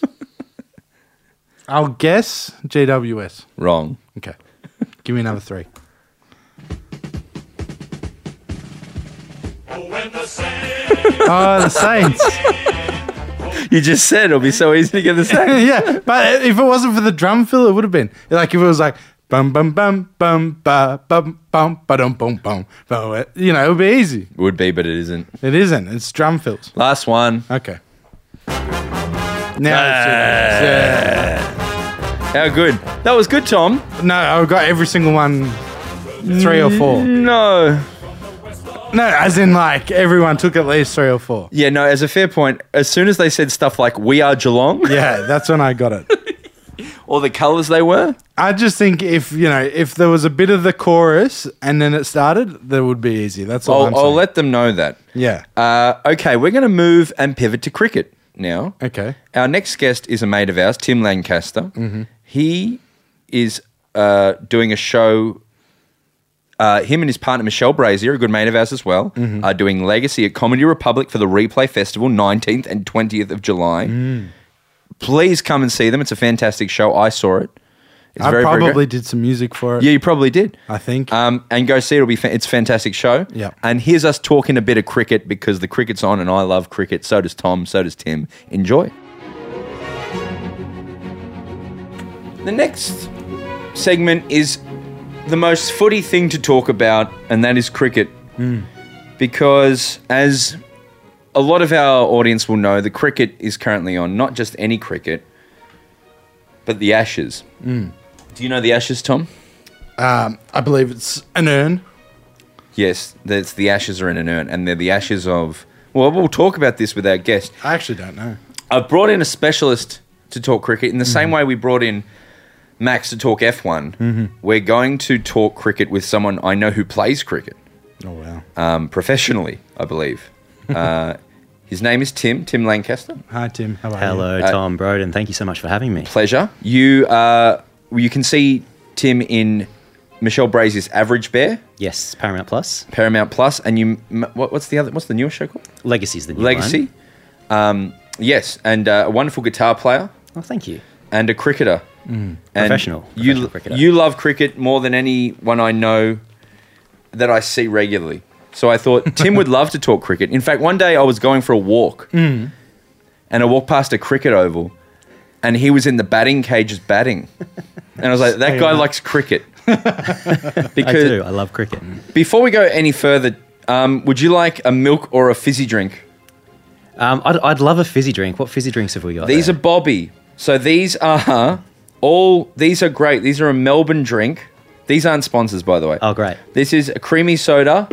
I'll guess GWS. Wrong. Okay. Give me another three. oh, the Saints. You just said it'll be so easy to get the same. yeah, but if it wasn't for the drum fill, it would have been like if it was like bum bum bum bum ba bum bum ba dum bum bum. bum, You know, it would be easy. Would be, but it isn't. It isn't. It's drum fills. Last one. Okay. Now, it's- How good? That was good, Tom. yeah. no, I got every single one, three or four. No. No, as in like everyone took at least three or four. Yeah, no. As a fair point, as soon as they said stuff like "We are Geelong" Yeah, that's when I got it. or the colours they were, I just think if you know if there was a bit of the chorus and then it started, that would be easy. That's all. I'm I'll, I'll saying. let them know that. Yeah. Uh, okay, we're going to move and pivot to cricket now. Okay. Our next guest is a mate of ours, Tim Lancaster. Mm-hmm. He is uh, doing a show. Uh, him and his partner Michelle Brazier, a good mate of ours as well, Mm-hmm. are doing Legacy at Comedy Republic for the Replay Festival, 19th and 20th of July. Mm. Please come and see them. It's a fantastic show. I saw it. It's I great. probably did some music for it. Yeah, you probably did. I think. Um, and go see it. It'll be fa- it's a fantastic show. Yeah. And here's us talking a bit of cricket because the cricket's on, and I love cricket. So does Tom. So does Tim. Enjoy. The next segment is the most footy thing to talk about, and that is cricket, because as a lot of our audience will know, the cricket is currently on. Not just any cricket, but the Ashes. Do you know the Ashes, Tom? Um, I believe it's an urn. Yes, that's the ashes are in an urn, and they're the ashes of. Well, we'll talk about this with our guest. I actually don't know. I've brought in a specialist to talk cricket in the same way we brought in Max to talk F1. We're going to talk cricket with someone I know who plays cricket Oh wow! um, professionally, I believe. Uh, his name is Tim, Tim Lancaster. Hi Tim, how are you? Hello, Uh, Tom Broden. Thank you so much for having me. Pleasure. You, uh, you can see Tim in Michelle Brazier's Average Bear, Yes, Paramount Plus. Paramount Plus, and you. m- What, what's the other? What's the newer show called? Legacy's the new Legacy. one. Um, yes, and uh, a wonderful guitar player Oh, thank you. and a cricketer. And Professional. You Professional cricketer. you love cricket more than anyone I know that I see regularly. So I thought Tim would love to talk cricket. In fact, one day I was going for a walk, Mm. and I walked past a cricket oval, and he was in the batting cages batting, and I was like, that guy likes cricket. I because do. I love cricket. before we go any further, um, would you like a milk or a fizzy drink? Um, I'd, I'd love a fizzy drink. What fizzy drinks have we got? These there? are Bobby. So these are all. These are great. These are a Melbourne drink. These aren't sponsors, by the way. Oh, great. This is a creamy soda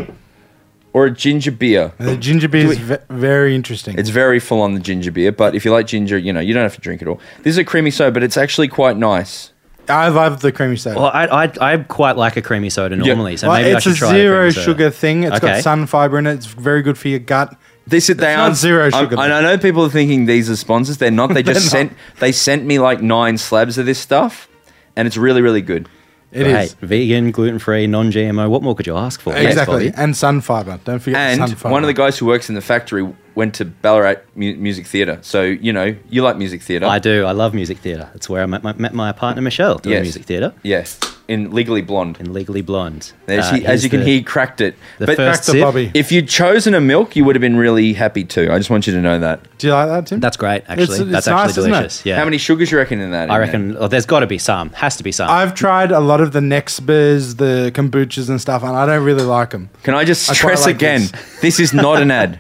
or a ginger beer. And the Uh, ginger beer is ve- very interesting. It's very full on the ginger beer, but if you like ginger, you know you don't have to drink it all. This is a creamy soda, but it's actually quite nice. I love the creamy soda. Well, I, I, I quite like a creamy soda Yeah. normally, so Well, maybe I it's a should try zero creamy soda. sugar thing. It's Okay. got sun fiber in it. It's very good for your gut. This is they not aren't zero I'm- sugar, and I know people are thinking these are sponsors. They're not. They just They're sent. They sent me like nine slabs of this stuff, and it's really really good. It Hey, is vegan, gluten free, non GMO. What more could you ask for? exactly Thanks, Bobby. and sun fiber. Don't forget the sun And fiber. one of the guys who works in the factory went to Ballarat mu- Music Theatre. So, you know, you like music theatre. I do. I love music theatre. That's where I met my, met my partner Michelle doing Yes. music theatre Yes. In Legally Blonde. in Legally Blonde. There Uh, she, as here's you can the- hear, he cracked it. the But first Back to sip. Bobby. if you'd chosen a milk, you would have been really happy too. I just want you to know that. Do you like that, Tim? That's great, actually. It's- it's That's nice, actually isn't it? delicious. Yeah. How many sugars you reckon in that? I in reckon oh, there's got to be some. Has to be some. I've tried a lot of the next beers, the kombuchas and stuff, and I don't really like them. there? Can I just I quite stress like again? This. is not an ad.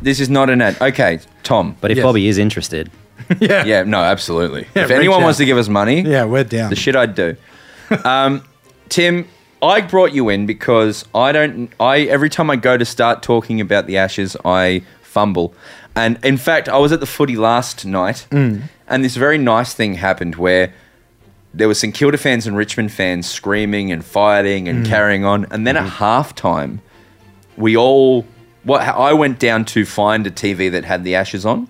this is not an ad. Okay, Tom. but if Yes. Bobby is interested, yeah. yeah, no, absolutely. Yeah, if reach anyone out. wants to give us money, Yeah, we're down. the shit I'd do. Um, Tim, I brought you in because I don't. I every time I go to start talking about the Ashes, I fumble. And in fact, I was at the footy last night, and this very nice thing happened where there were St Kilda fans and Richmond fans screaming and fighting and carrying on, and then at halftime, we all. What I went down to find a TV that had the Ashes on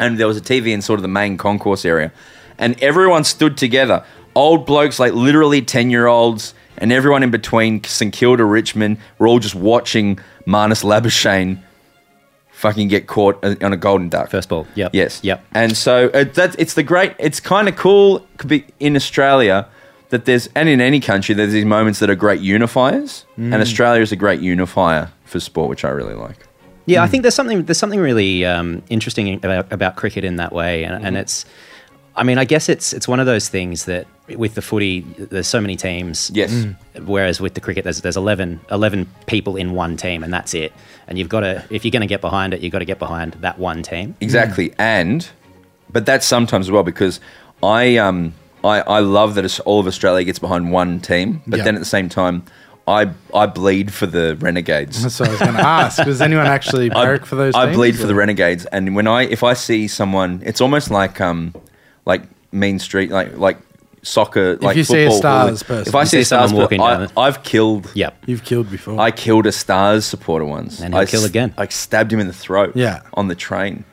and there was a TV in sort of the main concourse area, and everyone stood together. Old blokes, like literally ten year olds, and everyone in between, St Kilda, Richmond, were all just watching Marnus Labuschagne fucking get caught uh, on a golden duck. first ball. Yep. Yes. Yep. And so uh, that's it's the great. It's kind of cool. Could be in Australia that there's and in any country there's these moments that are great unifiers, and Mm. Australia is a great unifier for sport, which I really like. Yeah, I think there's something there's something really um, interesting about, about cricket in that way, and, and it's, I mean, I guess it's it's one of those things that with the footy, there's so many teams. Yes. Mm. Whereas with the cricket, there's there's 11, 11 people in one team, and that's it. And you've got to if you're going to get behind it, you've got to get behind that one team. Mm. Exactly. And but that's sometimes as well because I um I, I love that it's- all of Australia gets behind one team, but Yeah. then at the same time I I bleed for the Renegades. That's what I was going to ask. Does anyone actually barrack for those? I teams? bleed for the Renegades and when I if I see someone it's almost like um like mean street like like soccer like you see a football, Stars hooligan. person- if I you see see a stars someone walking walking down I, it. I've killed Yep. You've killed before. I killed a Stars supporter once. And he'll I kill again. I stabbed him in the throat. Yeah. On the train.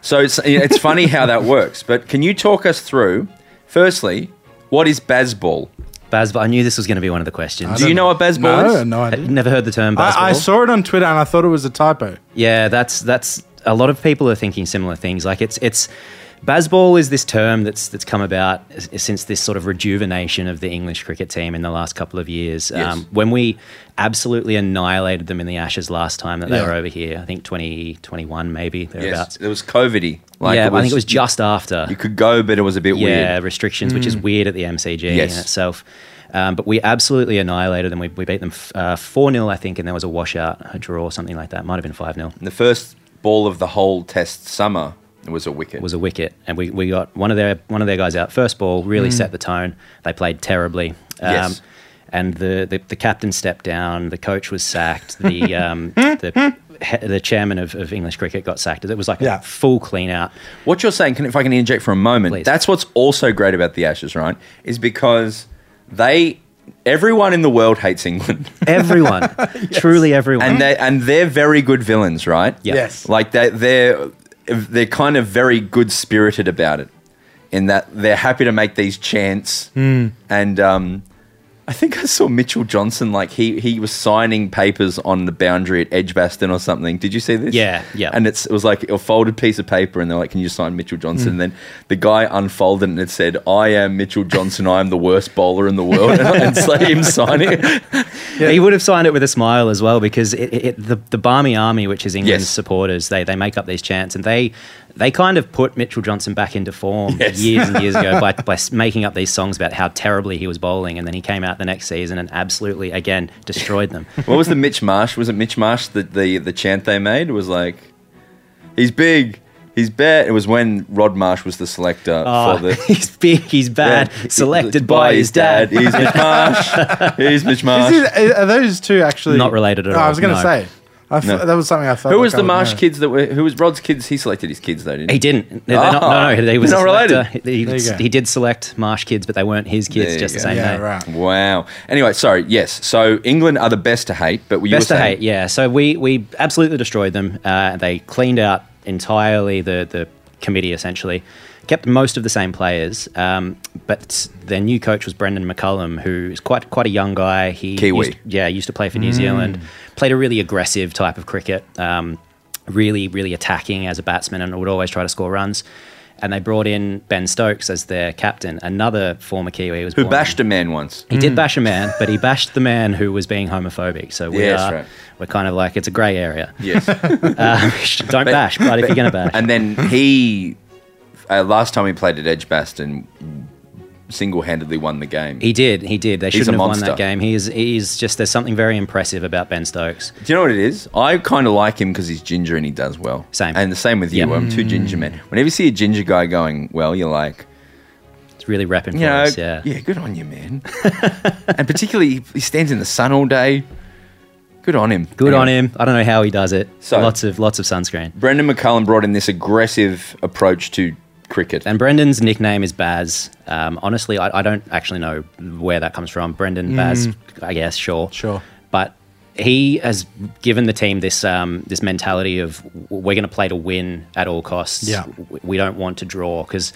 So it's it's funny how that works. But can you talk us through? Firstly, what is basball? Baz, I knew this was going to be one of the questions. Do you know what basball no, is? no Had- idea. Never heard the term. Baz I, I ball? saw it on Twitter and I thought it was a typo. Yeah, that's that's a lot of people are thinking similar things. Like it's it's basball is this term that's that's come about s- since this sort of rejuvenation of the English cricket team in the last couple of years. Um, Yes. when we absolutely annihilated them in the Ashes last time that they Yeah. were over here, I think 2021 maybe Yes, thereabouts. it was COVID-y. yeah, I think it was just after you could go, but it was a bit yeah, weird. restrictions, which is weird at the MCG Yes. in itself. Um, but we absolutely annihilated them. We, we beat them 4 0, I think, and there was a washout, a draw, something like that. Might have been 5 0. And the first ball of the whole Test summer was a wicket. was a wicket, and we, we got one of their one of their guys out first ball. Really set the tone. They played terribly. Um, Mm. Yes. And the, the, the captain stepped down. The coach was sacked. The um, the, he- the chairman of, of English cricket got sacked. It was like Yeah. a full clean out. What you're saying, can, if I can interject for a moment, Please. that's what's also great about the Ashes, right? Is because they, everyone in the world hates England. Everyone, truly everyone. and they and they're very good villains, right? Yeah. Yes. Like they they're they're kind of very good spirited Hmm. about it, in that they're happy to make these chants and um I think I saw Mitchell Johnson like he he was signing papers on the boundary at Edgebaston or something. Did you see this? Yeah, yeah. And it's it was like a folded piece of paper, and they're like, "Can you sign Mitchell Johnson?" Hmm. And then the guy unfolded, and it said, "I am Mitchell Johnson. I am the worst bowler in the world." and it's like him signing. it. He would have signed it with a smile as well because it, it, it- the, the Barmy Army, which is England's Yes. supporters, they, they make up these chants and they they kind of put Mitchell Johnson back into form Yes. years and years ago by, by s- making up these songs about how terribly he was bowling. And then he came out the next season and absolutely, again, destroyed them. What was the Mitch Marsh? Was it Mitch Marsh that the the chant they made was like, "He's big." He's bad. It was when Rod Marsh was the selector Oh, for the he's big, he's bad, Yeah. selected by his dad. He's Mitch Marsh. He's Mitch Marsh. Is it, are those two actually Not related at No, I all, was going to no. say. I f- No. That was something I felt. who like was I the would Marsh know. kids that were? Who was Rod's kids? He selected his kids though, didn't he? He didn't. They're not- Ah, no, no, they they're was not not related. related. He, There you go. he did select Marsh kids, but they weren't his kids, There just you the go. same Yeah, name. right. Wow. Anyway, sorry. Yes. So England are the best to hate, but we Best to hate, yeah. So we we absolutely destroyed them. Uh, they cleaned out entirely the the committee essentially, kept most of the same players. Um, but their new coach was Brendan McCullum, who is quite quite a young guy. He Kiwi. used- yeah, used to play for New Zealand. Played a really aggressive type of cricket. Um, really really attacking as a batsman and would always try to score runs. And they brought in Ben Stokes as their captain, another former Kiwi. who Was Who born- bashed a man once? he did bash a man, but he bashed the man who was being homophobic. So we Yeah, that's are, right. we're kind of like, it's a grey area. Yes. Um, don't bash, but if you're going to bash. and then he, uh, last time he played at Edgebaston, single-handedly won the game. He did, he did. They He's a shouldn't have won monster. that game. He is, he is just, there's something very impressive about Ben Stokes. Do you know what it is? I kind of like him because he's ginger and he does well. Same. And the same with you. Yep. I'm two ginger men. Whenever you see a ginger guy going well, you're like, It's really rep you know, influence, yeah. yeah, good on you, man. and particularly, he- he stands in the sun all day. Good on him. Good Anyway. on him. I don't know how he does it. So- lots of lots of sunscreen. Brendan McCullum brought in this aggressive approach to cricket. And Brendan's nickname is Baz. Um, honestly, I, I don't actually know where that comes from. Brendan Baz, I guess, sure, Mm. Sure. But he has given the team this um, this mentality of w- we're going to play to win at all costs. Yeah. W- we don't want to draw because.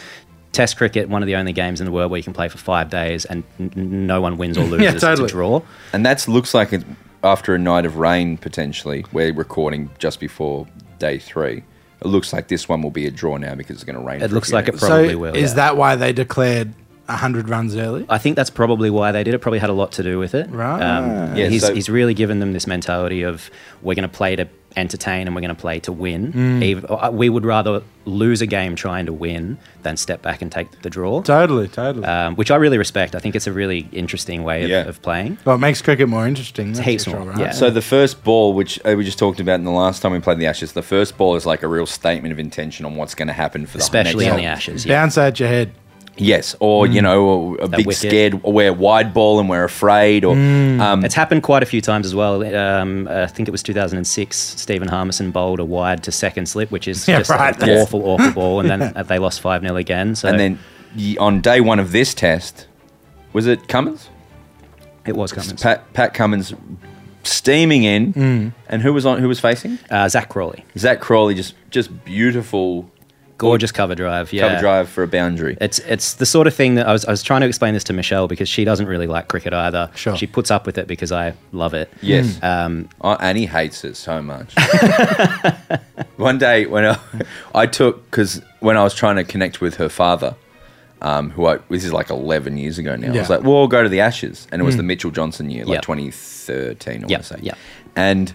Test cricket, one of the only games in the world where you can play for five days and n- n- no one wins or loses. totally. It's a draw. And that's looks like it after a night of rain potentially. We're recording just before day three. It looks like this one will be a draw now because it's going to rain. for It a looks few like it days. probably so will. Is yeah. that why they declared 100 runs early? I think that's probably why they did it. Probably had a lot to do with it. Um, Right. Yeah, he's, so- he's really given them this mentality of we're going to play to entertain and we're going to play to win. Mm. Ev- uh, we would rather lose a game trying to win than step back and take the draw, Totally, totally. um, which I really respect. I think it's a really interesting way of, Yeah. of playing. well, it makes cricket more interesting. that's heaps for more, sure, yeah. So the first ball, which uh, we just talked about in the last time we played the Ashes, the first ball is like a real statement of intention on what's going to happen for the Especially next in the hole. Ashes, yeah. Bounce out your head. Yes, or you know, or a big wicket. Hmm. scared, or we're wide ball and we're afraid, or um, It's happened quite a few times as well. Um, I think it was 2006. Stephen Harmison bowled a wide to second slip, which is Yeah, just right. an Yeah. awful, awful ball, and then uh, they lost five 0 again. So and then y- on day one of this test, was it Cummins? it was coming. Pat Pat Cummins steaming in, Hmm. and who was on? Who was facing? Uh, Zach Crawley, Zach Crawley, just just beautiful gorgeous cover drive. Yeah, cover drive for a boundary. It's it's the sort of thing that I was I was trying to explain this to Michelle because she doesn't really like cricket either. Sure. She puts up with it because I love it. Yes, Um, Oh, and he hates it so much. One day when I, I took because when I was trying to connect with her father, um, who I this is like eleven years ago now, I was Yeah. like, "Well, we'll go to the Ashes," and it Mm. was the Mitchell Johnson year, like Yep. twenty thirteen, I Yep, want to say. yep. and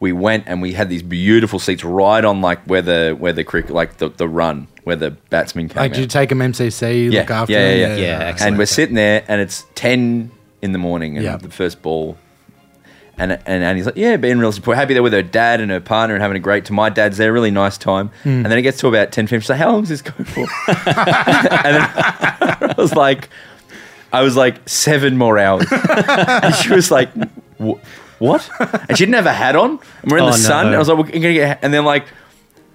we went and we had these beautiful seats right on like where the where the cricket like the, the run where the batsman came. Like, out. do you take him MCC, Yeah, look after yeah, him? yeah, yeah. Yeah, right. excellent. and we're sitting there, and it's ten in the morning, and Yeah. the first ball, and and Annie's like, "Yeah, being real support, happy there with her dad and her partner, and having a great time. My dad's there, really nice time." And then it gets to about ten fifteen. She's like, "How long's this going for?" and then I was like, "I was like seven more hours," and she was like, "Wh- "What?" And she didn't have a hat on, and we're in Oh, the no. sun. And I was like, "We're gonna get," and then like.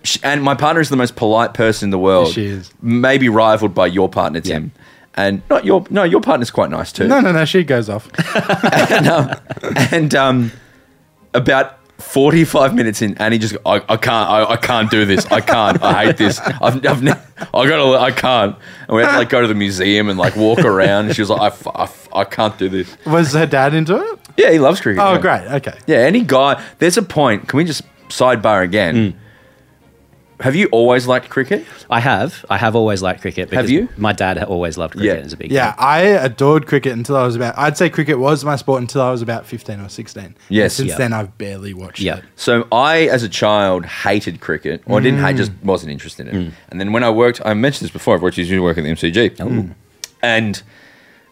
sh- And my partner is the most polite person in the world. She is. Maybe rivaled by your partner, Tim. And not your no, your partner's quite nice too. No, no, no. She goes off. And um, about forty five minutes in, Annie just I, I can't I, I can't do this. I can't. I hate this. I've, I've ne- I gotta I can't. And we had to like go to the museum and like walk around. And she was like I, f- I f- I can't do this. Was her dad into it? Yeah, he loves cricket. Oh, yeah. great. Okay. Yeah, any guy. There's a point. Can we just sidebar again? Have you always liked cricket? I have. I have always liked cricket. Because you? My dad had always loved cricket Yeah. as a big Yeah, I adored cricket until I was about. I'd say cricket was my sport until I was about fifteen or sixteen. Yes. And since Yeah. then, I've barely watched Yeah. it. So I, as a child, hated cricket. Or I didn't hate, just wasn't interested in it. And then when I worked, I mentioned this before. I've worked used to work at the MCG, Mm. and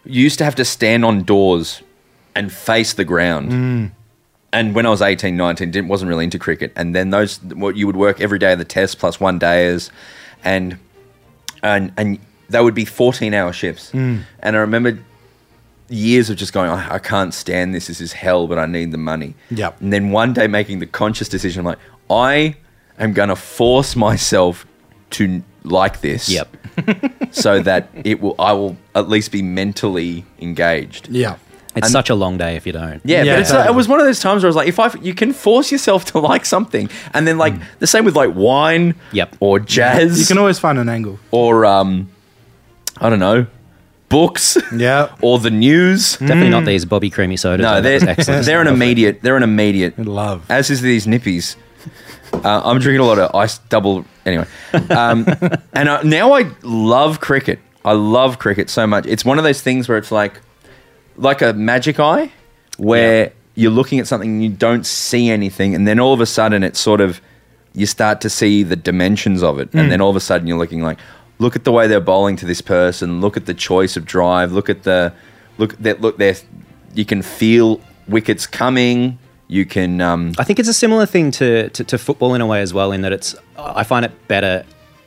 you used to have to stand on doors and face the ground. And when I was 18, 19, didn't, wasn't really into cricket. And then those, what you would work every day of the test plus one dayers, and and and they would be 14 hour shifts. And I remember years of just going, I, I can't stand this. This is hell, but I need the money. Yep. And then one day making the conscious decision, I'm like, I am going to force myself to n- like this. Yep. so that it will, I will at least be mentally engaged. Yeah. It's such a long day if you don't. Yeah, Yeah, but it's uh, totally. it was one of those times where I was like, if I you can force yourself to like something, and then like the same with like wine, Yep. or jazz, You can always find an angle. or um, I don't know, books, Yeah. or the news. Mm. Definitely not these Bobby Creamy sodas. Mm. No, though. That they're was excellent. they're an immediate they're an immediate Love. as is these nippies. Uh, I'm drinking a lot of ice double anyway, um, and I, now I love cricket. I love cricket so much. It's one of those things where it's like, like a magic eye, where you're looking at something and you don't see anything, and then all of a sudden it's sort of you start to see the dimensions of it, Mm. and then all of a sudden you're looking like, look at the way they're bowling to this person, look at the choice of drive, look at the look that look there, you can feel wickets coming. You can um, I think it's a similar thing to, to, to football in a way as well, in that it's I find it better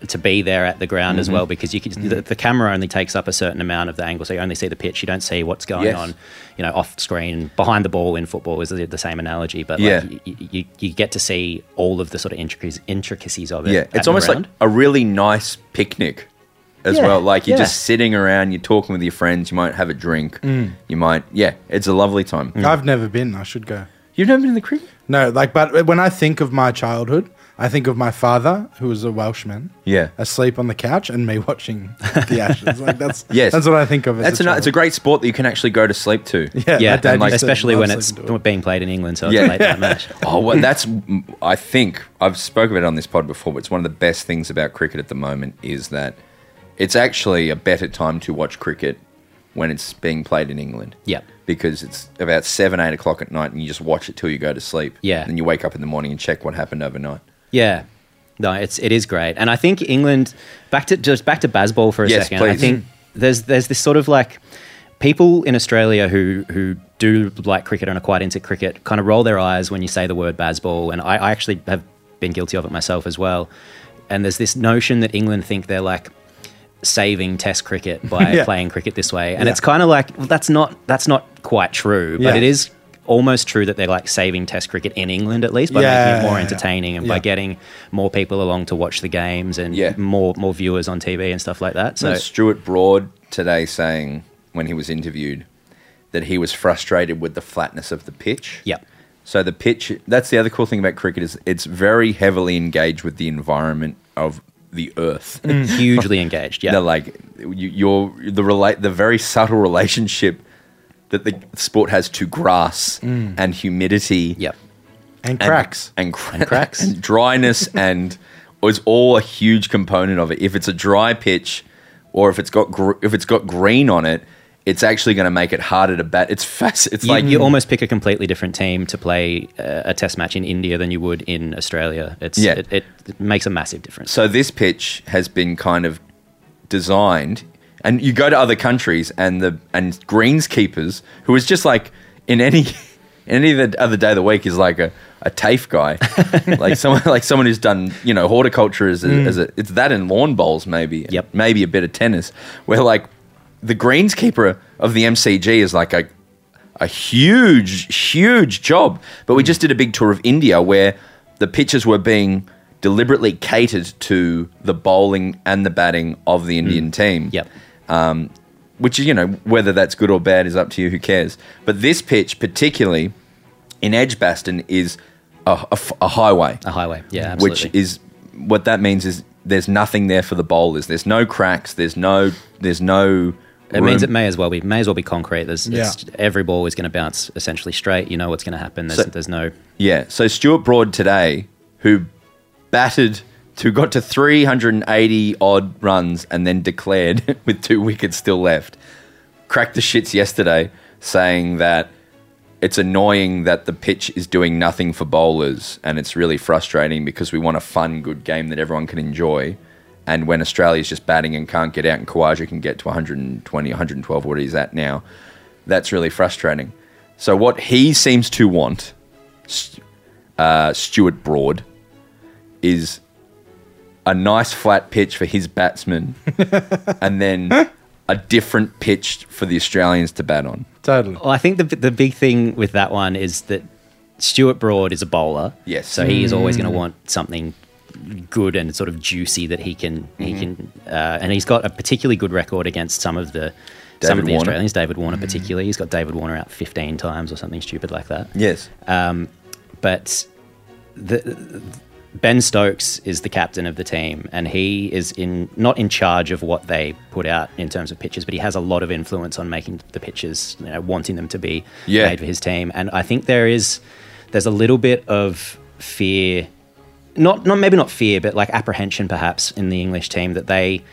to be there at the ground as Mm-hmm. well because you can, the, the camera only takes up a certain amount of the angle, so you only see the pitch, you don't see what's going Yes. on, you know, off screen behind the ball in football is the, the same analogy, but Yeah. like, you, you, you get to see all of the sort of intricacies, intricacies of it. Yeah, at it's the almost ground. like a really nice picnic as Yeah, well. Like you're yeah. just sitting around, you're talking with your friends, you might have a drink, Mm. you might, yeah, it's a lovely time. I've never been. I should go. You've never been in the cricket? No, like, but when I think of my childhood, I think of my father, who was a Welshman, Yeah. asleep on the couch, and me watching the Ashes. Like that's Yes. that's what I think of. As That's a a, ni- it's a great sport that you can actually go to sleep to. Yeah, yeah, my dad and used to especially love when it's sleeping to being played in England, so it's Yeah. a late night match. Oh, well, that's, I think, I've spoken about it on this pod before, but it's one of the best things about cricket at the moment is that it's actually a better time to watch cricket when it's being played in England. Yeah. Because it's about seven, eight o'clock at night and you just watch it till you go to sleep. Yeah. Then you wake up in the morning and check what happened overnight. Yeah. No, it's it is great. And I think England back to just back to baseball for a Yes, second. I please. think there's there's this sort of like people in Australia who who do like cricket and are quite into cricket kind of roll their eyes when you say the word baseball and I, I actually have been guilty of it myself as well. And there's this notion that England think they're like saving test cricket by Yeah. playing cricket this way. And Yeah. it's kind of like well, that's not that's not quite true, but Yeah. it is almost true that they're like saving test cricket in England at least by making it more Yeah. entertaining and by Yeah. getting more people along to watch the games and Yeah. more more viewers on TV and stuff like that. So So Stuart Broad today saying when he was interviewed that he was frustrated with the flatness of the pitch. yeah, So the pitch that's the other cool thing about cricket is it's very heavily engaged with the environment of the earth. hugely engaged. Mm. Yeah, They're like you, you're the relate the very subtle relationship that the sport has to grass and humidity yeah. and and- cracks. and, cra- Mm. cracks. and dryness and it's all a huge component of it if it's a dry pitch or if it's got gr- if it's got green on it it's actually going to make it harder to bat it's fast it's You, like you almost pick a completely different team to play uh, a test match in India than you would in Australia. It's Yeah. it, it, it makes a massive difference. so this pitch has been kind of designed and you go to other countries and the and greenskeepers who is just like in any in any of the other day of the week is like a, a TAFE guy like someone like someone who's done you know horticulture as a, as a it's that in lawn bowls maybe Yep. maybe a bit of tennis where like the greenskeeper of the MCG is like a a huge, huge job. But we just did a big tour of India where the pitches were being deliberately catered to the bowling and the batting of the Indian team. Mm. Yep. Which is, you know, whether that's good or bad is up to you, who cares. But this pitch, particularly in Edgbaston, is a, a f- a highway. A highway. Yeah, Uh, absolutely. Which is what that means is there's nothing there for the bowlers. There's no cracks. There's no there's no It means it Room. may as well be may as well be concrete. There's it's, Yeah. every ball is going to bounce essentially straight. You know what's going to happen. There's, So- there's no Yeah. So Stuart Broad today, who batted, who got to 380 odd runs and then declared with two wickets still left, cracked the shits yesterday saying that it's annoying that the pitch is doing nothing for bowlers and it's really frustrating because we want a fun, good game that everyone can enjoy. And when Australia's just batting and can't get out and Kawaja can get to 120, 112, what he's at now, that's really frustrating. So what he seems to want uh, Stuart Broad is a nice flat pitch for his batsmen and then a different pitch for the Australians to bat on. Totally. Mm. Well, I think the the big thing with that one is that Stuart Broad is a bowler. Yes. So he is always going to want something good and sort of juicy that he can he Mm-hmm. can uh, and he's got a particularly good record against some of the David some of the Warner. Mm. Australians. David Warner particularly. He's got David Warner out 15 times or something stupid like that. Yes. But the Ben Stokes is the captain of the team, and he is in not in charge of what they put out in terms of pitches, but he has a lot of influence on making the pitches, you know, wanting them to be Yeah. made for his team. And I think there is there's a little bit of fear, not not maybe not fear, but like apprehension perhaps in the English team that they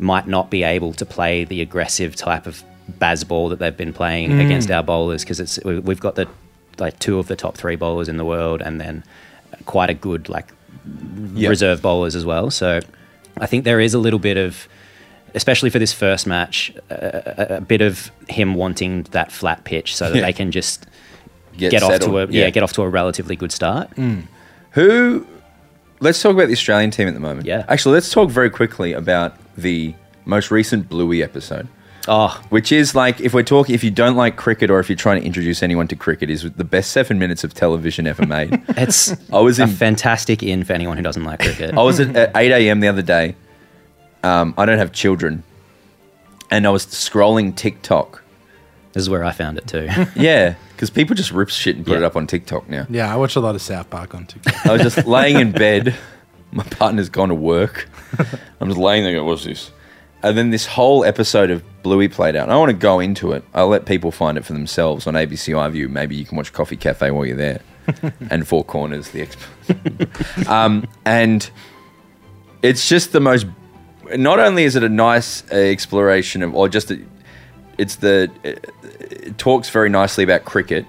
might not be able to play the aggressive type of baz ball that they've been playing Mm. against our bowlers because it's we- we've got the like two of the top three bowlers in the world and then quite a good like Yep. reserve bowlers as well. So I think there is a little bit of, especially for this first match, a, a, a bit of him wanting that flat pitch so that Yeah. they can just get off to a yeah. get off to a relatively good start. Mm. Who? Let's talk about the Australian team at the moment. Yeah. Actually, let's talk very quickly about the most recent Bluey episode. Oh, which is like if we're talking if you don't like cricket or if you're trying to introduce anyone to cricket is the best seven minutes of television ever made it's I was a in- Oh. fantastic in for anyone who doesn't like cricket. i was at, at 8 a.m the other day um, i don't have children and i was scrolling tiktok This is where I found it too. yeah because people just rip shit and put Yeah. it up on tiktok now Yeah, I watch a lot of South Park on TikTok. I was just laying in bed. My partner's gone to work. I'm just laying there going, what's this? And then this whole episode of Bluey played out. And I don't want to go into it. I'll let people find it for themselves on ABC iView. Maybe you can watch Coffee Cafe while you're there. and Four Corners, the exp. um, and it's just the most. Not only is it a nice uh, exploration of, or just, a, it's the. It, it talks very nicely about cricket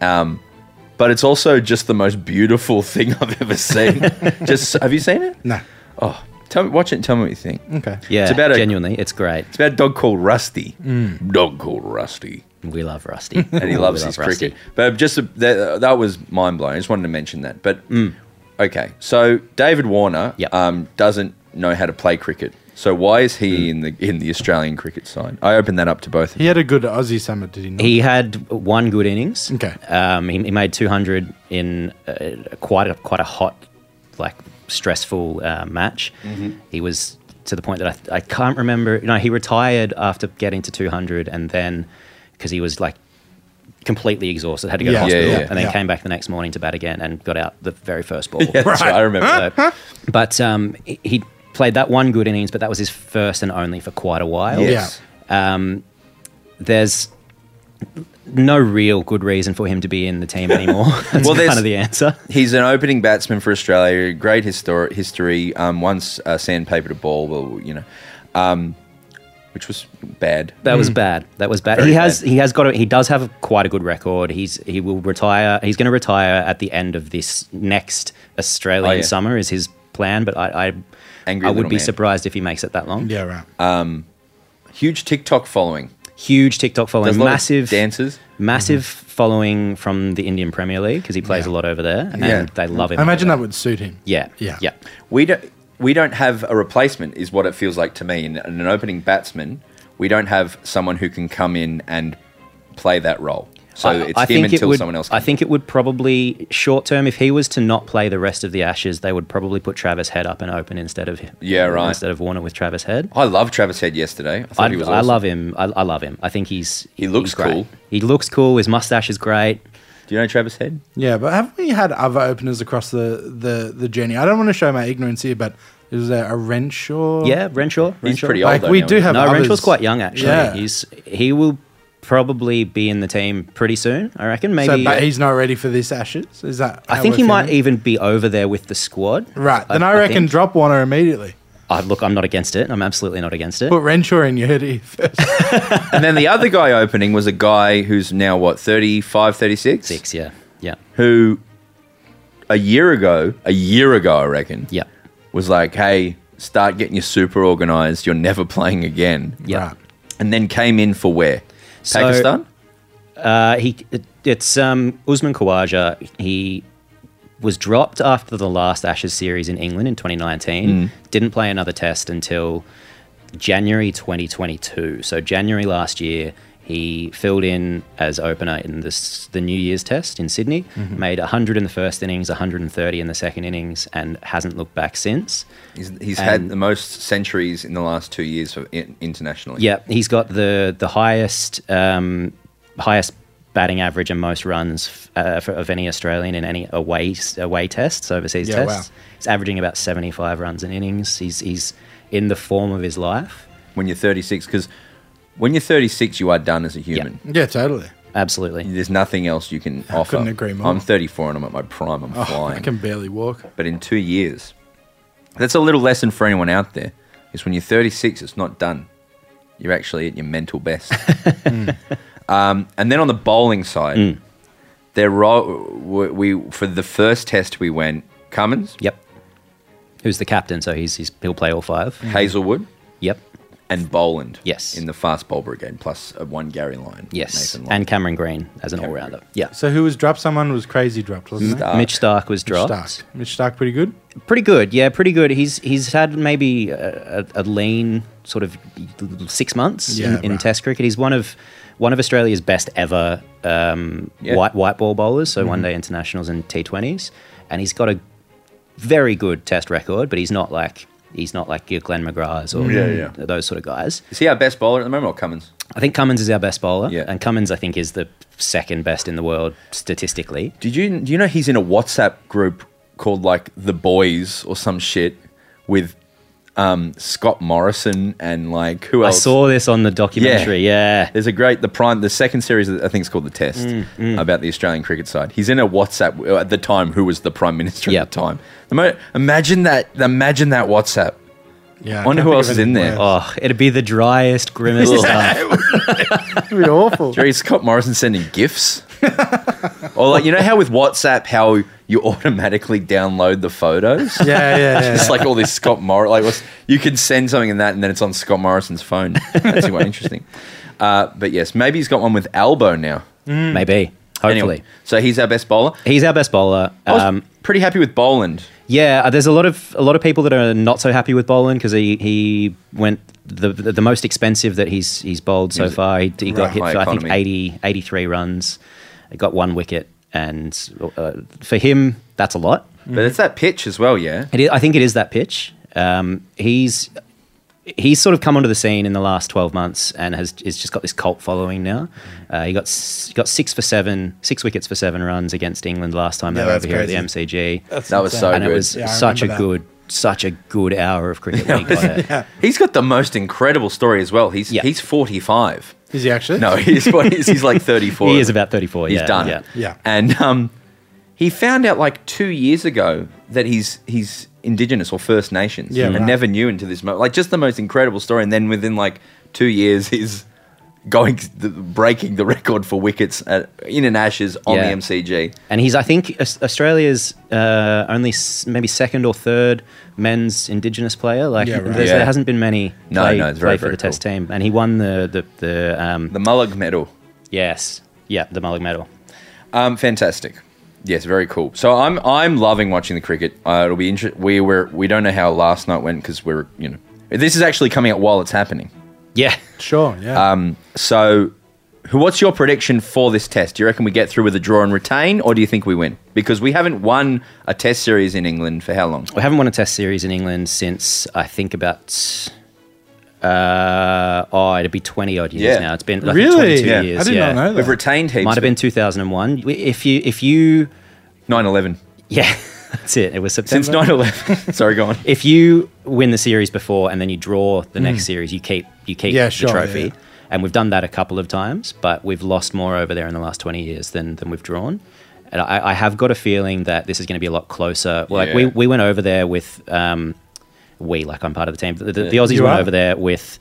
but it's also just the most beautiful thing I've ever seen. just have you seen it? no. Oh, tell me, watch it. and Tell me what you think. Okay. Yeah, It's about a- genuinely, it's great. It's about a dog called Rusty. Dog called Rusty, We love Rusty, and he Mm. We loves love his Rusty. cricket. But just a, that, that was mind blowing. I just wanted to mention that. But mm, okay, so David Warner Yep. um, doesn't know how to play cricket. So why is he Mm. in the in the Australian cricket side? I opened that up to both. of He had a good Aussie summer, did he not? He had one good innings. Okay. Um, he, he made 200 in uh, quite a quite a hot, like stressful uh, match. Mm-hmm. He was to the point that I, I can't remember. No, he retired after getting to 200, and then because he was like completely exhausted, had to go Yeah. to Yeah, hospital, yeah, yeah. and then Yeah. came back the next morning to bat again and got out the very first ball. Yeah, that's right. I remember that. So- but um, he- he played that one good innings, but that was his first and only for quite a while Yes. there's no real good reason for him to be in the team anymore. That's Well, there's- kind of the answer. He's an opening batsman for Australia. Great histor- history. Um, once uh, sandpapered a ball, well, you know, um, which was bad. That was bad. That was bad. Hmm. Very he has bad. he has got a, he does have quite a good record. He's he will retire. He's going to retire at the end of this next Australian Oh, yeah. summer is his plan. But I I, Angry I would little be man. surprised if he makes it that long. yeah, right. Huge TikTok following. Huge TikTok following, There's a lot of massive dancers. massive following from the Indian Premier League because he plays a lot over there and Mm-hmm. Yeah. they love him. I imagine over that would suit him. there. Yeah. Yeah, yeah. We don't. We don't have a replacement, is what it feels like to me. And an opening batsman, we don't have someone who can come in and play that role. So it's him it until would, someone else. I Comes. think it would probably short term if he was to not play the rest of the Ashes, they would probably put Travis Head up and open instead of Yeah, right. instead of Warner with Travis Head. I love Travis Head yesterday. I thought I, he was. I Awesome. love him. I, I love him. I think he's He looks he's great. cool. He looks cool. His mustache is great. Do you know Travis Head? Yeah, but haven't we had other openers across the, the, the journey? I don't want to show my ignorance here, but Is there a Renshaw? Yeah, Renshaw. He's Renshaw. pretty old. Like though we now, do isn't have. No, others. Renshaw's quite young actually. Yeah. He's he will probably be in the team pretty soon. I reckon. Maybe. So, but he's not ready for this Ashes. Is that? I how think we're he might feeling? even be over there with the squad. Right. Then I, reckon think. drop Warner immediately. I- look, I'm not against it. I'm absolutely not against it. Put Renshaw in your hoodie first. And then the other guy opening was a guy who's now, what, 35, 36? Six, yeah, yeah, Who a year ago, a year ago, I reckon, yeah. was like, hey, start getting your super organized. You're never playing again. Yeah. Right. And then came in for where? So- Pakistan? Uh, he it, it's um, Usman Khawaja. He was dropped after the last Ashes series in England in 2019. Mm. Didn't play another test until January 2022. So January last year, he filled in as opener in this the New Year's test in Sydney. Mm-hmm. Made 100 in the first innings, 130 in the second innings, and hasn't looked back since. He's, he's had And- the most centuries in the last two years for in, internationally. Yeah, he's got the the highest um, highest batting average and most runs f- uh, for, of any Australian in any away away tests, overseas Yeah, wow. tests. He's averaging about seventy five runs in innings. He's he's in the form of his life. When you're 36, because when you're 36, you are done as a human. yeah, totally. Absolutely. There's nothing else you can offer. couldn't agree more. I'm 34 and I'm at my prime. I'm Oh, flying. I can barely walk. but in two years. That's a little lesson for anyone out there. Is when you're 36, it's not done. You're actually at your mental best. Hmm. um, and then on the bowling side, their role we we- for the first test we went Cummins, Yep. Who's the captain? So he's, he's he'll play all five. Mm. Hazelwood, Yep. and Boland. Hmm. Yes. in the fast bowl brigade plus uh, one Gary Lyon. Yes. Nathan Lyon. And Cameron Green as an all Cameron rounder. Yeah. So who was dropped? Someone was crazy dropped, wasn't Stark. Mitch Stark was it? dropped. Stark. Mitch Stark, pretty good. pretty good. Yeah, pretty good. He's he's had maybe a, a, a lean sort of six months Yeah, in, in right. Test cricket. He's one of one of Australia's best ever um, Yeah. Mm-hmm. white white ball bowlers. So one day internationals and T twenties, and he's got a very good Test record. But he's not like he's not like your Glenn McGraths or Yeah, yeah. those sort of guys. is he our best bowler at the moment or Cummins? I think Cummins is our best bowler, Yeah. and Cummins I think is the second best in the world statistically. Did you do you know he's in a WhatsApp group called like the Boys or some shit with um, Scott Morrison and like who I else? saw this on the documentary. Yeah. There's a great the prime the second series I think it's called the Test Mm, about the Australian cricket side. He's in a WhatsApp uh, at the time. Who was the prime minister Yeah. at the time? The mo- imagine that! Imagine that WhatsApp. Yeah. Wonder who else is in there. Oh, it'd be the driest, grimmest stuff. It'd be awful. Jerry Scott Morrison sending gifts. or like you know how with WhatsApp how you automatically download the photos. Yeah, yeah, yeah. It's like all this Scott Morrison. Like what's- you can send something in that, and then it's on Scott Morrison's phone. That's quite interesting. Uh, but yes, maybe he's got one with Albo now. Maybe. Hopefully. Hmm. Anyway, Oh. so he's our best bowler. He's our best bowler. I was Um, pretty happy with Boland. yeah, uh, there's a lot of a lot of people that are not so happy with Boland because he, he went the, the the most expensive that he's he's bowled so was- far. He, he got Right. hit High for I think economy. 80, 83 runs. He got one wicket, and uh, for him that's a lot. But it's that pitch as well, yeah. It is, I think it is that pitch. Um, he's he's sort of come onto the scene in the last twelve months and has is just got this cult following now. Mm-hmm. Uh, he got s- he got six for seven, six wickets for seven runs against England last time Yeah, they were that's over here at the crazy. MCG, That was so and good. it was Yeah, I such a remember that. good such a good hour of cricket. when he got it. He's got the most incredible story as well. He's Yeah. he's forty five. Is he actually? No, he's what he's, he's like thirty four. He is about thirty four. He's yeah, done yeah. it. Yeah. And um, he found out like two years ago that he's he's Indigenous or First Nations. Yeah, and right. never knew into this moment. Like just the most incredible story. And then within like two years, he's going the, breaking the record for wickets at, in an Ashes on Yeah. the MCG. And he's, I think, Aus- Australia's uh, only s- maybe second or third men's Indigenous player. Like, Yeah, right. there's- Yeah. there hasn't been many No, play, no, it's very, play for very the Test team, and he won the the the, um, The Mullig Medal. yes, yeah, the Mullig medal. Um, fantastic. Yes, very cool. So I'm I'm loving watching the cricket. Uh, it'll be interesting. We were we don't know how last night went because we're you know this is actually coming out while it's happening. Yeah, Sure. Yeah. Um, So, who- what's your prediction for this test? Do you reckon we get through with a draw and retain, or do you think we win? Because we haven't won a test series in England for how long? we haven't won a Test series in England since I think about uh, oh, it'd be twenty odd years Yeah. now. It's been like really? twenty two Yeah. years. I did Oh, yeah. not know that. We've retained heaps. Might have been two thousand and one. If you if you 9 11. yeah. That's it. It was September. Since 9 11. Sorry, go on. if you win the series before and then you draw the next series, you keep you keep Hmm. Yeah, the sure, trophy. yeah. And we've done that a couple of times, but we've lost more over there in the last twenty years than than we've drawn. And I, I have got a feeling that this is going to be a lot closer. Like we, Yeah. we went over there with um, we like I'm part of the team. The, the, the Aussies You went are? over there with.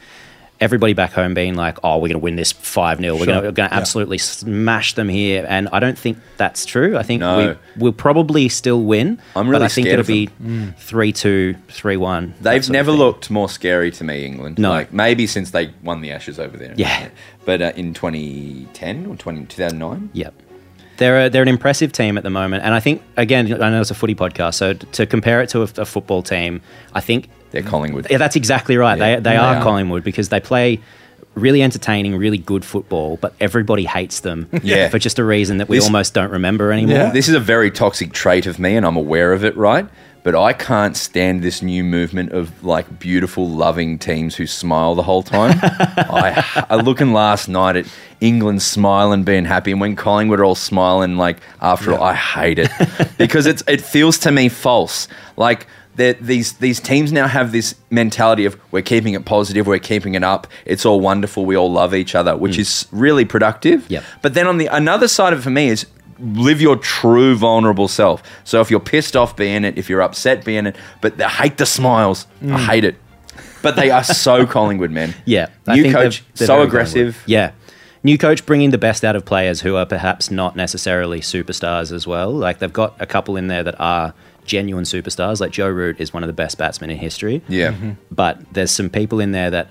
Everybody back home being like, "Oh, we're going to win this five 0 We're Sure. going to Yeah. absolutely smash them here," and I don't think that's true. I think No. we, we'll probably still win. I'm but really I think scared it'll of them. be three two, three one. that They've sort of never thing. looked more scary to me, England. No. Like, maybe since they won the Ashes over there. Yeah. But uh, in 2010 or 20, 2009? Yep. They're a, they're an impressive team at the moment, and I think again, I know it's a footy podcast, so t- to compare it to a, a football team, I think They're Collingwood. yeah, that's exactly right. Yeah, they they they are, are. Collingwood because they play really entertaining, really good football, but everybody hates them Yeah. for just a reason that we This- almost don't remember anymore. Yeah. This is a very toxic trait of me, and I'm aware of it, right? But I can't stand this new movement of like beautiful, loving teams who smile the whole time. I, I looking last night at England smiling, being happy, and when Collingwood are all smiling, like after all, I hate it because it's it feels to me false. Like that these these teams now have this mentality of we're keeping it positive, we're keeping it up, it's all wonderful, we all love each other, which is really productive. Yep. But then on the another side of it for me is live your true vulnerable self. So if you're pissed off, be in it. If you're upset, be in it. But I hate the smiles. I hate it. But they are so Collingwood, man. Mm. Yeah, I New think they've- coach, they're so very aggressive. Collingwood. Yeah, new coach bringing the best out of players who are perhaps not necessarily superstars as well. Like they've got a couple in there that are genuine superstars. Like Joe Root is one of the best batsmen in history. Yeah. but there's some people in there that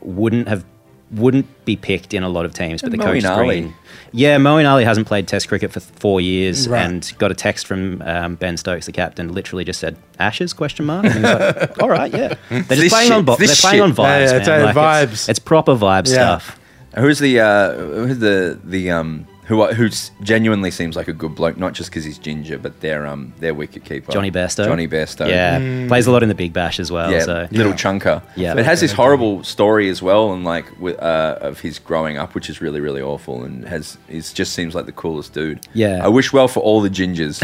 wouldn't have wouldn't be picked in a lot of teams. But And the coach Moeen Ali. bringing. Yeah, Moeen Ali hasn't played Test cricket for th- four years, Right. and got a text from um, Ben Stokes, the captain, literally just said "Ashes?" question mark. And he was like, "All right, yeah." They're just This playing shit, on bo- they're this playing on shit. vibes, Yeah, yeah, man. it's, uh, Like, It's, vibes. it's proper vibe Yeah. stuff. Who's the uh, who's the the um who I- who s- genuinely seems like a good bloke, not just because he's ginger, but their um their wicket keeper Johnny Bairstow. Johnny Bairstow. Mm. Yeah, plays a lot in the Big Bash as well. Yeah, so little chunker. Yeah. but it has this horrible story as well, and like with, uh, of his growing up, which is really really awful, and has it just seems like the coolest dude. Yeah. I wish well for all the gingers.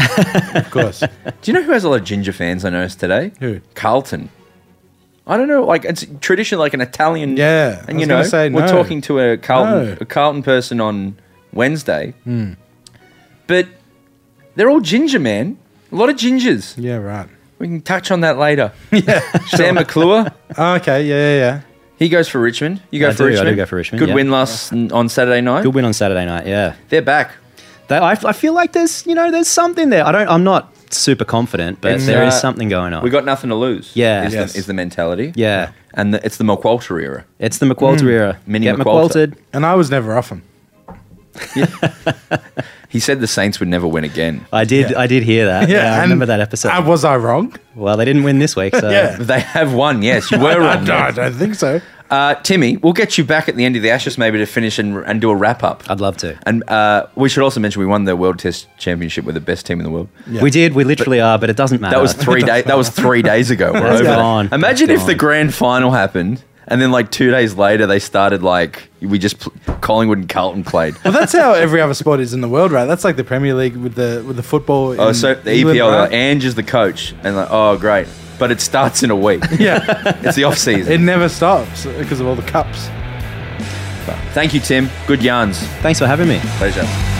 Of course. Do you know who has a lot of ginger fans? I noticed today. Who? Carlton. I don't know. Like it's tradition, like an Italian. Yeah, I and you was know, gonna say we're no. talking to a Carlton, No. Hmm. a Carlton person on Wednesday. But they're all ginger, man. A lot of gingers. yeah, right. We can touch on that later. Sam McClure. Oh, okay, yeah, yeah, yeah. He goes for Richmond. You go I for do, I do Richmond. go for Richmond, Good yeah. win last n- on Saturday night. good win on Saturday night. Yeah, They're back. They- I, I feel like there's you know there's something there. I don't. I'm not super confident, but there It's, is uh, something going on. We got nothing to lose. Yeah. is, Yes. the, is the mentality. yeah, and the, it's the McWalter era. it's the McWalter era. Mini Get McWalter. McWaltered. And I was never off him. He said the Saints would never win again. I did. I did hear that. Yeah, I and remember that episode. I, was I wrong? well, they didn't win this week, so Yeah. They have won. Yes, you were I, wrong. don't, I don't think so. Uh, Timmy, we'll get you back at the end of the Ashes maybe to finish and, and do a wrap up. I'd love to. And uh, we should also mention we won the World Test Championship with the best team in the world. Yeah. We did. We literally are, but it doesn't matter. That was three day. That was three days ago. We're Uh, That's over that. gone. Imagine That's if the gone. grand final happened, and then like two days later they started like we just pl- Collingwood and Carlton played. Well, that's how every other sport is in the world, right? That's like the Premier League with the with the football. Oh, in so the England, EPL, right? like, Ange is the coach, and like, oh, great. But it starts in a week. yeah, it's the off it season. never stops because of all the cups. Thank you, Tim. Good yarns. Thanks for having me. Pleasure.